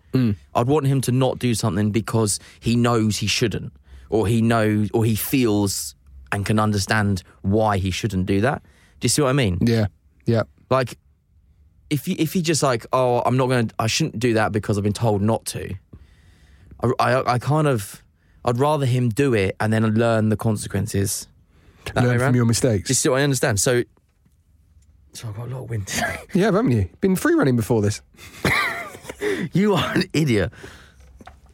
S3: I'd want him to not do something because he knows he shouldn't, or he knows, or he feels and can understand why he shouldn't do that. Do you see what I mean?
S2: Yeah. Yeah.
S3: Like, if you if he just like, oh, I'm not gonna, I shouldn't do that because I've been told not to. I I, I kind of, I'd rather him do it and then learn the consequences. That way
S2: Learn
S3: round.
S2: from your
S3: Do you
S2: mistakes.
S3: see what I understand? So, so I've got a lot of wind.
S2: Yeah, haven't you? Been free running before this.
S3: *laughs* you are an idiot.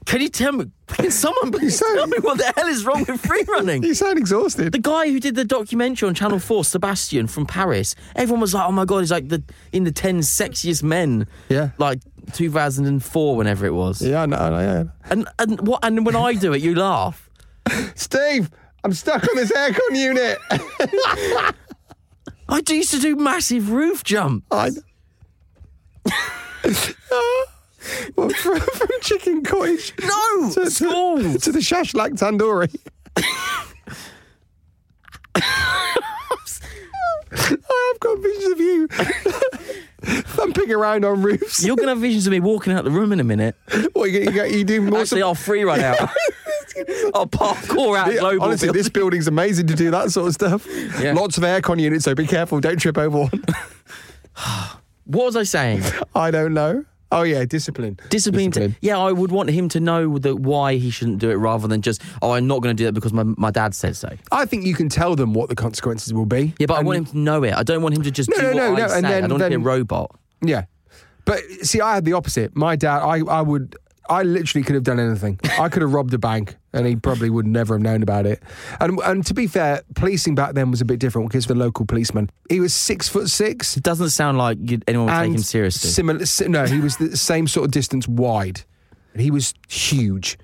S3: Can you tell me? Can
S2: *laughs*
S3: someone please
S2: sound-
S3: tell me what the hell is wrong with free running?
S2: *laughs* *laughs* You sound exhausted.
S3: The guy who did the documentary on Channel 4, Sebastian from Paris, everyone was like, oh my God, he's like the in the 10 sexiest men.
S2: Yeah.
S3: Like 2004, whenever it was.
S2: yeah, no, no, yeah.
S3: And, and, what, and when I do it, you laugh.
S2: Steve, I'm stuck on this *laughs* aircon unit.
S3: I do- used to do massive roof jump.
S2: *laughs* I. well, from, from chicken cottage.
S3: No!
S2: to, to,
S3: Schools!
S2: to the shashlak tandoori. *laughs* I've got visions of you *laughs* thumping around on *laughs* roofs.
S3: You're going to have visions of me walking out the room in a
S2: *laughs*
S3: minute.
S2: What you, you, you do more?
S3: Actually, I'll free run
S2: *laughs*
S3: out. I'll parkour out global.
S2: Honestly, this building's amazing to do that sort of stuff.
S3: Yeah.
S2: Lots of aircon units, so be careful. Don't trip over one. *laughs*
S3: what was I saying?
S2: I don't know. Oh yeah, discipline.
S3: Discipline.
S2: Discipline.
S3: yeah, I would want him to know that why he shouldn't do it rather than just, oh, I'm not going to do that because my, my dad said so.
S2: I think you can tell them what the consequences will be.
S3: Yeah, but I want him to know it. I don't want him to just
S2: No,
S3: do
S2: no,
S3: what
S2: no,
S3: I
S2: no,
S3: say.
S2: and then-
S3: I don't want to
S2: then-
S3: be a robot.
S2: Yeah. But see, I had the opposite. My dad, I, I would, I literally could have done anything. I could have robbed a bank and he probably would never have known about it. And, and to be fair, policing back then was a bit different because the local policeman, he was six foot six.
S3: It doesn't sound like you'd, anyone would take
S2: and
S3: him seriously.
S2: Similar, si- no, he was the same sort of distance wide. He was huge,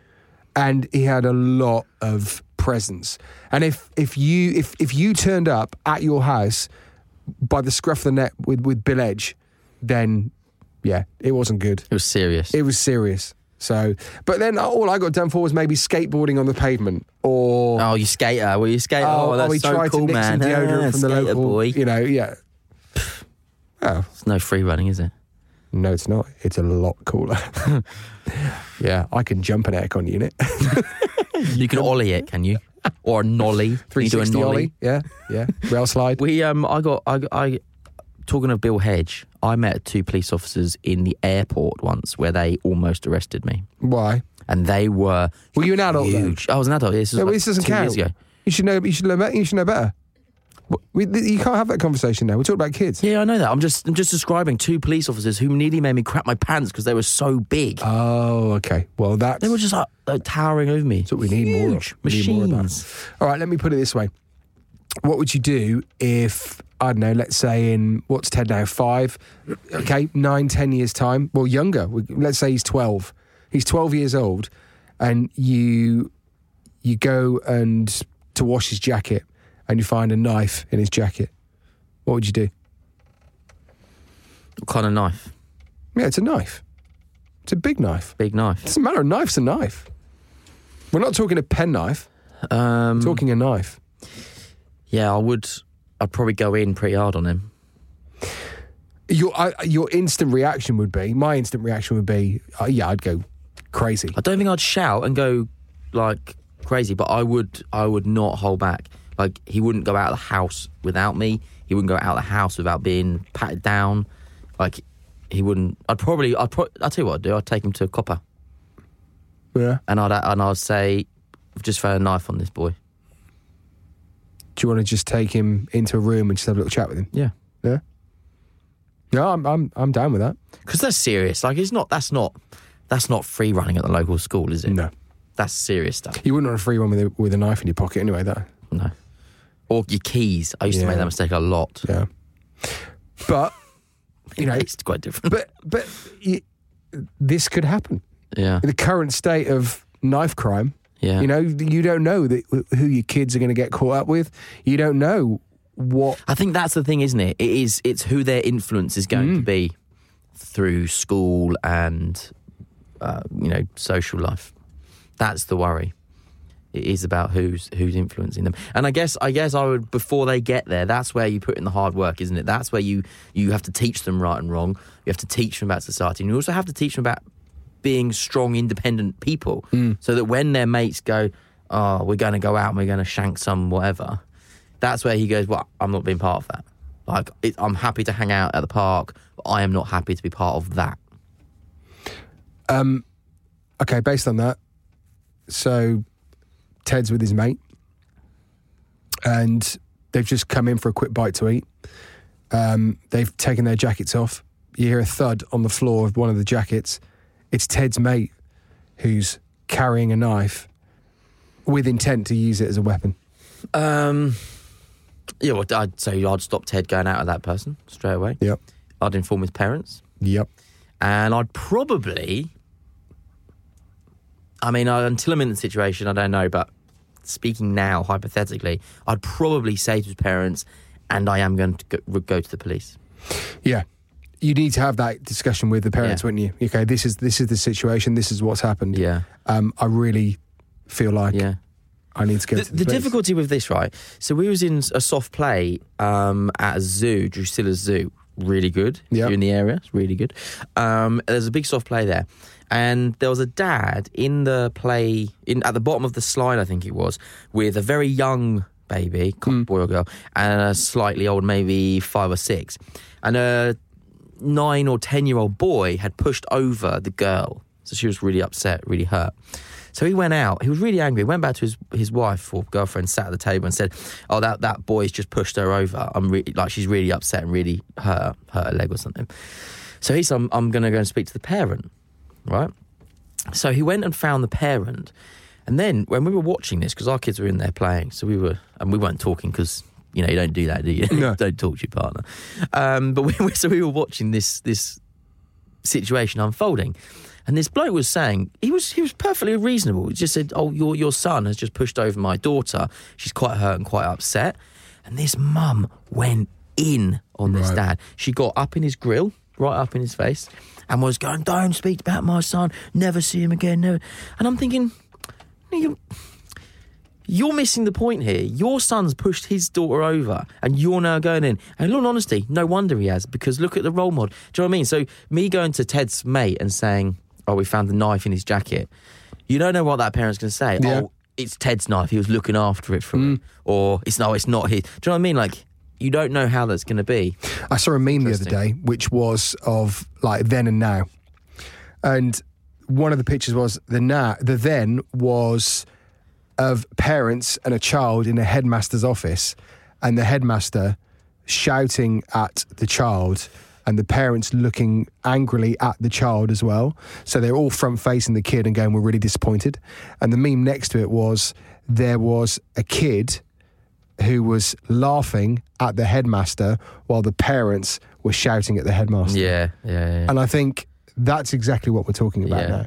S2: and he had a lot of presence. And if if you if if you turned up at your house by the scruff of the neck with with Bill Edge, then yeah, it wasn't good.
S3: it was serious.
S2: It was serious. So, but then all I got done for was maybe skateboarding on the pavement or.
S3: oh, you skater. Well, you skater. Oh, that's
S2: he
S3: so
S2: tried
S3: cool,
S2: to nick
S3: man.
S2: some deodorant
S3: Ah,
S2: from the
S3: skater
S2: local,
S3: boy.
S2: you know, yeah. Oh,
S3: It's no free running,
S2: *laughs*
S3: is it?
S2: No, it's not. It's a lot
S3: *laughs*
S2: cooler. yeah, I can jump an aircon unit.
S3: You can ollie it, can you? Or a nollie. Can you do a
S2: 360 ollie. Yeah,
S3: *laughs*
S2: yeah. Rail slide.
S3: We um, I got I, I talking of Bill Hedge. I met two police officers in the airport once where they almost arrested me,
S2: Why?
S3: and they were
S2: Were you an adult? though?
S3: huge. I was an adult. This was
S2: No,
S3: like
S2: this doesn't
S3: two
S2: count.
S3: years ago.
S2: You should know. You should know. better- You should know better. We, th- you can't have that conversation now. We're talking about kids.
S3: Yeah, I know that. I'm just I'm just describing two police officers who nearly made me crap my pants because they were so big.
S2: Oh, okay. Well, that's,
S3: they were just like, like towering over me.
S2: that's what we need more
S3: Huge
S2: of. We need more of that.
S3: machines.
S2: All right. Let me put it this way. What would you do if I don't know? Let's say in what's Ted now five, okay, nine, ten years time. Well, younger. We- Let's say he's twelve. He's twelve years old, and you you go and to wash his jacket, and you find a knife in his jacket. What would you do?
S3: What kind of knife?
S2: Yeah, it's a knife. It's a big knife.
S3: Big knife.
S2: Doesn't matter. A knife's a knife. We're not talking a penknife.
S3: Um,
S2: Talking a knife.
S3: yeah, I would. I'd probably go in pretty hard on him.
S2: Your I your instant reaction would be my instant reaction would be uh, yeah I'd go crazy.
S3: I don't think I'd shout and go like crazy, but I would. I would not hold back. Like he wouldn't go out of the house without me. He wouldn't go out of the house without being patted down. Like he wouldn't. I'd probably. I'd. Pro- I'll tell you what I'd do. I'd take him to a copper.
S2: Yeah.
S3: and I'd and I'd say, "I've just found a knife on this boy."
S2: Do you want to just take him into a room and just have a little chat with him?
S3: Yeah,
S2: Yeah. No, I'm I'm I'm down with that.
S3: because that's serious. Like it's not. That's not. That's not free running at the local school, is it?
S2: No,
S3: that's serious stuff.
S2: you wouldn't want a free one with a, with a knife in your pocket anyway. That
S3: No, or your keys. I used
S2: Yeah.
S3: to make that mistake a lot.
S2: yeah. But you know,
S3: It's quite different.
S2: but but y this could happen.
S3: yeah.
S2: The current state of knife crime.
S3: Yeah.
S2: You know, you don't know that, who your kids are going to get caught up with. You don't know what.
S3: I think that's the thing, isn't it? It is. It's who their influence is going to be through school and uh, you know social life. That's the worry. It is about who's who's influencing them. And I guess I guess I would before they get there. That's where you put in the hard work, isn't it? That's where you you have to teach them right and wrong. You have to teach them about society, and you also have to teach them about being strong, independent people, so that when their mates go, "Oh, we're going to go out and we're going to shank some whatever," that's where he goes, Well, I'm not being part of that. Like, it, I'm happy to hang out at the park, but I am not happy to be part of that.
S2: Okay, based on that, so Ted's with his mate, and they've just come in for a quick bite to eat. Um, they've taken their jackets off. You hear a thud on the floor of one of the jackets. It's Ted's mate who's carrying a knife with intent to use it as a weapon.
S3: Um, yeah, well, I'd say I'd stop Ted going out with that person straight away.
S2: Yep.
S3: I'd inform his parents.
S2: Yep.
S3: And I'd probably, I mean, I, until I'm in the situation, I don't know, but speaking now, hypothetically, I'd probably say to his parents, and I am going to go, go to the police.
S2: Yeah. You need to have that discussion with the parents,
S3: Yeah.
S2: wouldn't you? Okay, this is this is the situation. This is what's happened.
S3: Yeah.
S2: Um, I really feel like
S3: Yeah.
S2: I need to go. to
S3: the, the
S2: police.
S3: difficulty with this, right? So we was in a soft play um, at a zoo, Drusilla's Zoo. Really good. If
S2: Yeah.
S3: You're in the area. It's really good. Um, there's a big soft play there, and there was a dad in the play in at the bottom of the slide, I think it was, with a very young baby, can't- boy or girl, and a slightly old, maybe five or six, and a nine or ten year old boy had pushed over the girl. So she was really upset, really hurt. So he went out. He was really angry. He went back to his, his wife or girlfriend, sat at the table and said, "Oh, that, that boy's just pushed her over. I'm re- like she's really upset and really hurt hurt her leg or something." So he said, "I'm, I'm going to go and speak to the parent, right?" So he went and found the parent, and then when we were watching this, because our kids were in there playing, so we were and we weren't talking because you know you don't do that, do you?
S2: No.
S3: *laughs* don't talk to your partner. Um, but we were, *laughs* so we were watching this this situation unfolding. And this bloke was saying he was he was perfectly reasonable. He just said, "Oh, your your son has just pushed over my daughter. She's quite hurt and quite upset." And this mum went in on this
S2: Right.
S3: dad. She got up in his grill, right up in his face, and was going, "Don't speak about my son. Never see him again." Never. And I'm thinking, "You- you're missing the point here. Your son's pushed his daughter over, and you're now going in. And in all honesty, no wonder he has, because look at the role model. Do you know what I mean? So, me going to Ted's mate and saying, Oh, we found the knife in his jacket, you don't know what that parent's going to say.
S2: Yeah.
S3: Oh, it's Ted's knife. He was looking after it for me. Or, it's no, it's not his. Do you know what I mean? Like, you don't know how that's going to be.
S2: I saw a meme the other day, which was of like then and now, and one of the pictures was the now, the then was of parents and a child in a headmaster's office, and the headmaster shouting at the child. And the parents looking angrily at the child as well. So they're all front facing the kid and going, We're really disappointed. And the meme next to it was there was a kid who was laughing at the headmaster while the parents were shouting at the headmaster.
S3: Yeah, yeah, yeah.
S2: And I think that's exactly what we're talking about now.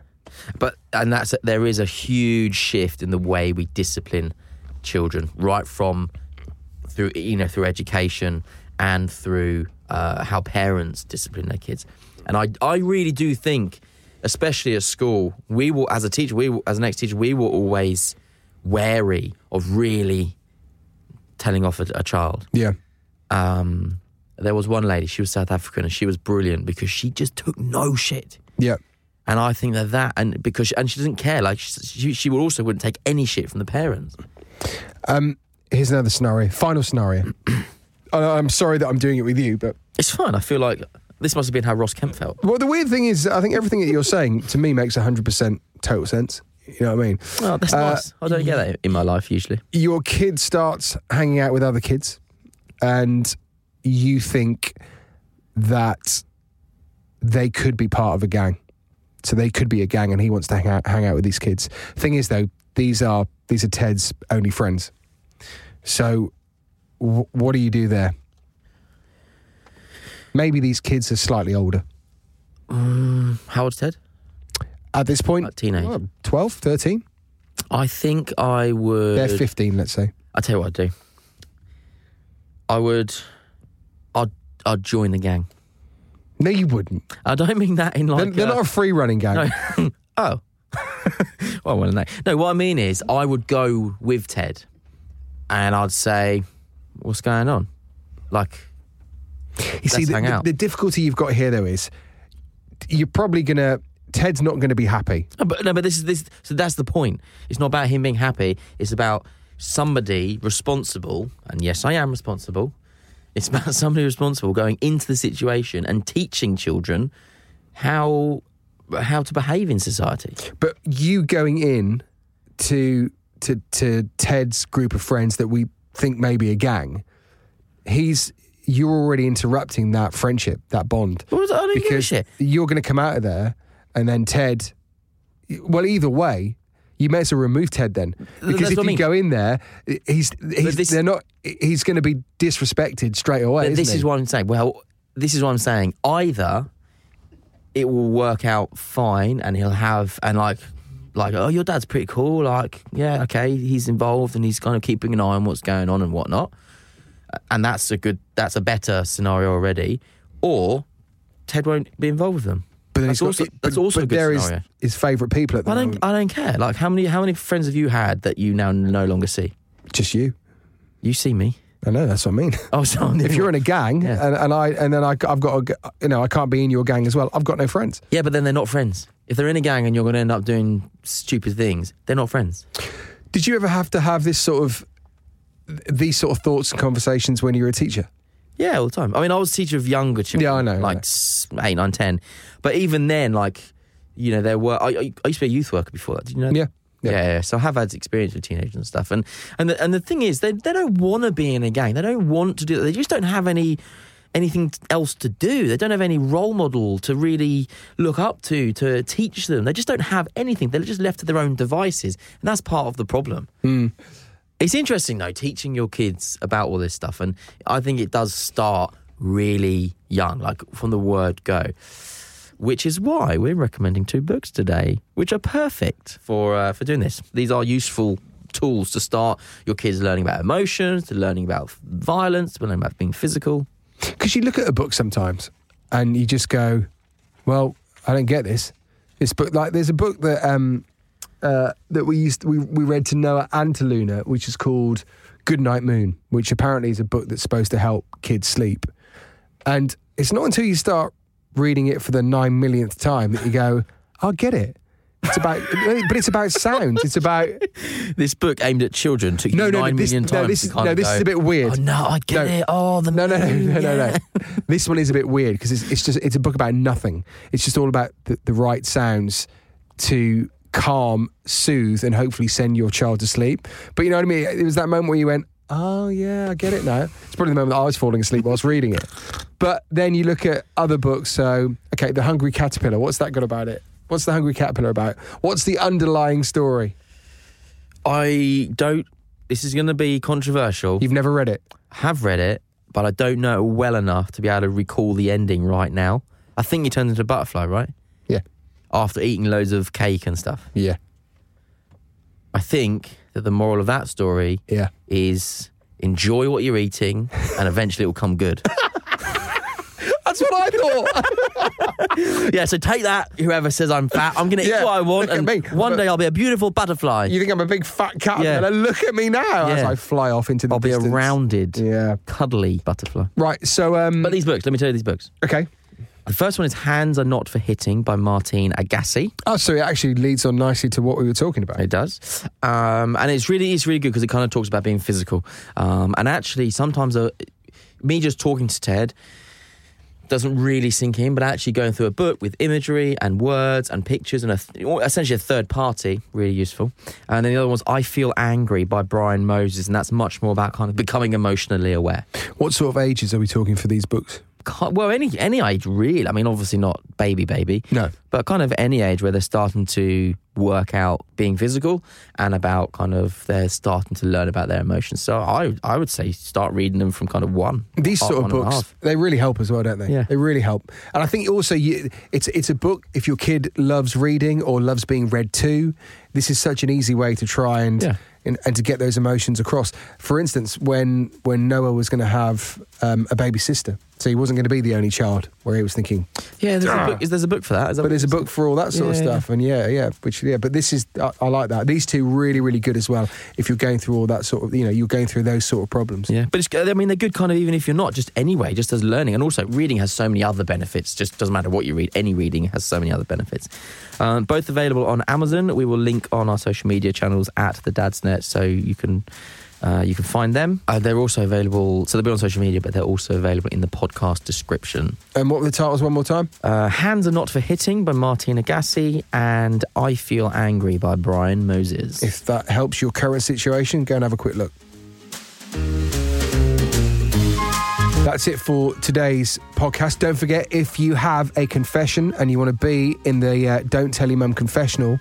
S3: But and that's there is a huge shift in the way we discipline children, right from through you know through education and through uh, how parents discipline their kids. And I I really do think, especially at school, we will as a teacher, we will, as an ex teacher, we were always wary of really telling off a, a child
S2: Yeah.
S3: um, there was one lady, she was South African, and she was brilliant because she just took no shit.
S2: Yeah.
S3: And I think that that, and because, she, and she doesn't care. Like, she, she would also wouldn't take any shit from the parents.
S2: Here's another scenario. Final scenario. *clears throat* And I'm sorry that I'm doing it with you, but
S3: It's fine. I feel like this must have been how Ross Kemp felt.
S2: well, the weird thing is, I think everything that you're saying to me makes 100% total sense. You know what I mean?
S3: Oh, that's
S2: Uh,
S3: nice. I don't get that in my life usually.
S2: your kid starts hanging out with other kids and you think that they could be part of a gang so they could be a gang and he wants to hang out, hang out with these kids thing is though these are these are ted's only friends so w- what do you do there Maybe these kids are slightly older.
S3: How old's Ted?
S2: At this point,
S3: Like teenage.
S2: oh, 12, 13?
S3: I think I would.
S2: They're 15, let's say.
S3: I tell you what I'd do. I would. I'd I'd join the gang.
S2: No, you wouldn't.
S3: I don't mean that in like.
S2: They're, they're
S3: uh,
S2: not a free running gang. *laughs*
S3: oh. *laughs* well, well, no. No, what I mean is, I would go with Ted, and I'd say, "What's going on?" Like,
S2: You see,
S3: Let's
S2: the,
S3: hang
S2: the-
S3: out.
S2: the difficulty you've got here, though, is you're probably going to, Ted's not going to be happy.
S3: No, but no, but this is this. So that's the point. It's not about him being happy. It's about somebody responsible. And yes, I am responsible. It's *laughs* about somebody responsible going into the situation and teaching children how how to behave in society.
S2: But you going in to to to Ted's group of friends that we think may be a gang, he's you're already interrupting that friendship, that bond.
S3: Well, I don't give a
S2: because
S3: shit.
S2: you're going to come out of there, and then Ted. Well, either way, you may as well remove Ted then, because
S3: that's
S2: if
S3: what I
S2: you
S3: mean.
S2: go in there, he's, he's
S3: this-
S2: they're not. He's going to be disrespected straight away.
S3: But
S2: isn't
S3: this
S2: he?
S3: is what I'm saying. Well, this is what I'm saying. Either it will work out fine, and he'll have and like like oh, your dad's pretty cool. Like yeah, okay, he's involved and he's kind of keeping an eye on what's going on and whatnot. And that's a good, that's a better scenario already. Or Ted won't be involved with them.
S2: But then
S3: that's
S2: he's got-
S3: also
S2: but-
S3: that's also
S2: but
S3: a good
S2: there is
S3: scenario.
S2: his favorite people at the
S3: I don't,
S2: moment.
S3: I don't care. Like how many how many friends have you had that you now no longer see?
S2: Just you.
S3: You see me. *laughs*
S2: I know that's what I mean.
S3: Oh, so I'm the
S2: if
S3: other
S2: you're
S3: one.
S2: in a gang
S3: Yeah.
S2: and, and I and then I, have got a, g- you know I can't be in your gang as well. I've got no friends.
S3: Yeah, but then they're not friends. If they're in a gang and you're going to end up doing stupid things, they're not friends.
S2: Did you ever have to have this sort of th- these sort of thoughts and conversations when you were a teacher?
S3: Yeah, all the time. I mean, I was a teacher of younger children.
S2: Yeah, I know, I
S3: Like
S2: know.
S3: s- eight, nine, ten. But even then, like, you know, there were. I, I I used to be a youth worker before that. Did you know? that?
S2: Yeah, yeah.
S3: Yeah. yeah, So I have had experience with teenagers and stuff. And and the, and the thing is, they they don't want to be in a gang. They don't want to do that. They just don't have any anything else to do. They don't have any role model to really look up to to teach them. They just don't have anything. They're just left to their own devices, and that's part of the problem. It's interesting though, teaching your kids about all this stuff, and I think it does start really young, like from the word go. Which is why we're recommending two books today, which are perfect for uh, for doing this. These are useful tools to start your kids learning about emotions, to learning about violence, to learning about being physical.
S2: Because you look at a book sometimes and you just go, "Well, I don't get this." This book, like, there's a book that um, uh, that we used we we read to Noah and to Luna, which is called Goodnight Moon, which apparently is a book that's supposed to help kids sleep. And it's not until you start reading it for the nine millionth time that you go, "I get it." It's about, *laughs* but it's about sounds. It's about
S3: This book aimed at children took you
S2: No,
S3: nine
S2: no, no,
S3: million
S2: this- no,
S3: times.
S2: this
S3: to
S2: is-
S3: kind
S2: no,
S3: of
S2: this
S3: go,
S2: is a bit weird.
S3: Oh, no, I get
S2: No.
S3: it. Oh, the
S2: No, no, no,
S3: moon,
S2: no,
S3: *laughs*
S2: no,
S3: yeah.
S2: no. this one is a bit weird because it's, it's just it's a book about nothing. It's just all about the, the right sounds to calm, soothe, and hopefully send your child to sleep. But you know what I mean? It was that moment where you went, "Oh yeah, I get it now." It's probably the moment I was falling asleep whilst reading it. But then you look at other books. So okay, the Hungry Caterpillar. What's that got about it? What's the Hungry Caterpillar about? What's the underlying story?
S3: I don't. This is going to be controversial.
S2: You've never read it.
S3: have read it, but I don't know it well enough to be able to recall the ending right now. I think he turns into a butterfly, right?
S2: Yeah,
S3: After eating loads of cake and stuff.
S2: yeah,
S3: I think that the moral of that story
S2: yeah.
S3: is enjoy what you're eating and eventually it will come
S2: *laughs*
S3: good.
S2: That's what I thought. *laughs*
S3: yeah, so take that, whoever says I'm fat, I'm going to
S2: Yeah,
S3: eat what I want
S2: look at
S3: and
S2: me.
S3: one
S2: But-
S3: day I'll be a beautiful butterfly.
S2: You think I'm a big fat caterpillar?
S3: Yeah.
S2: Look at me now as
S3: Yeah.
S2: I fly off into the
S3: I'll be
S2: distance.
S3: a rounded,
S2: Yeah.
S3: cuddly butterfly.
S2: Right. So, um,
S3: But these books, let me tell you these books.
S2: okay.
S3: The first one is Hands Are Not for Hitting by Martine Agassi.
S2: Oh, so it actually leads on nicely to what we were talking about.
S3: It does, um, and it's really it's really good because it kind of talks about being physical, um, and actually sometimes uh, me just talking to Ted doesn't really sink in, but actually going through a book with imagery and words and pictures and a th- or essentially a third party really useful. And then the other one's I Feel Angry by Brian Moses, and that's much more about kind of becoming emotionally aware.
S2: What sort of ages are we talking for these books?
S3: ki- well, any any age really. I mean, obviously not baby baby.
S2: No.
S3: but kind of any age where they're starting to work out being physical and about kind of they're starting to learn about their emotions. So I I would say start reading them from kind of one.
S2: These
S3: uh,
S2: sort of
S3: one and a
S2: books,
S3: half.
S2: they really help as well, don't they?
S3: Yeah.
S2: They really help. And I think also you, it's it's a book if your kid loves reading or loves being read to, this is such an easy way to try and
S3: Yeah.
S2: and, and to get those emotions across. For instance, when when Noah was going to have um, a baby sister, so he wasn't going to be the only child, where he was thinking,
S3: Yeah, there's a book. Is there's a book for that? Is that
S2: but there's a book for all that sort of
S3: Yeah, yeah.
S2: stuff, and yeah, yeah, which yeah, but this is I, I like that. These two really really good as well. If you're going through all that sort of, you know, you're going through those sort of problems.
S3: Yeah, but it's, I mean, they're good kind of even if you're not just anyway, just as learning. And also, reading has so many other benefits. Just doesn't matter what you read, any reading has so many other benefits. Um, both available on Amazon. We will link on our social media channels at the Dad's Net, so you can. Uh, you can find them. Uh, they're also available, so they'll be on social media, but they're also available in the podcast description.
S2: And what were the titles one more time?
S3: Uh, Hands Are Not for Hitting by Martina Gassi and I Feel Angry by Brian Moses.
S2: If that helps your current situation, go and have a quick look. That's it for today's podcast. Don't forget, if you have a confession and you want to be in the uh, Don't Tell Your Mum confessional,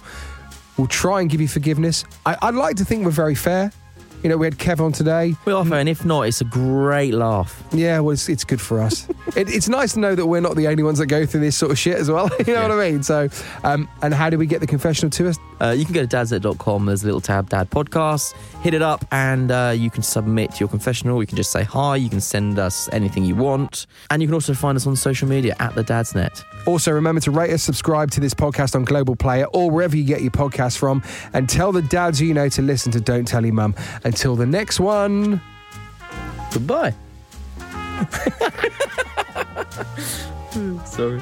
S2: we'll try and give you forgiveness. I, I'd like to think we're very fair. You know, we had Kev on today.
S3: we offer, and if not, it's a great laugh.
S2: Yeah, well, it's, it's good for us. it, it's nice to know that we're not the only ones that go through this sort of shit as well. *laughs* you know what I mean? So, um, and how do we get the confessional to us?
S3: Uh, you can go to dadsit.com. There's a little tab, Dad Podcasts. Hit it up, and uh, you can submit your confessional. You can just say hi. You can send us anything you want. And you can also find us on social media at the Dad's Net.
S2: Also, remember to rate us, subscribe to this podcast on Global Player or wherever you get your podcasts from, and tell the dads you know to listen to Don't Tell Your Mum. Until the next one.
S3: Goodbye. Sorry.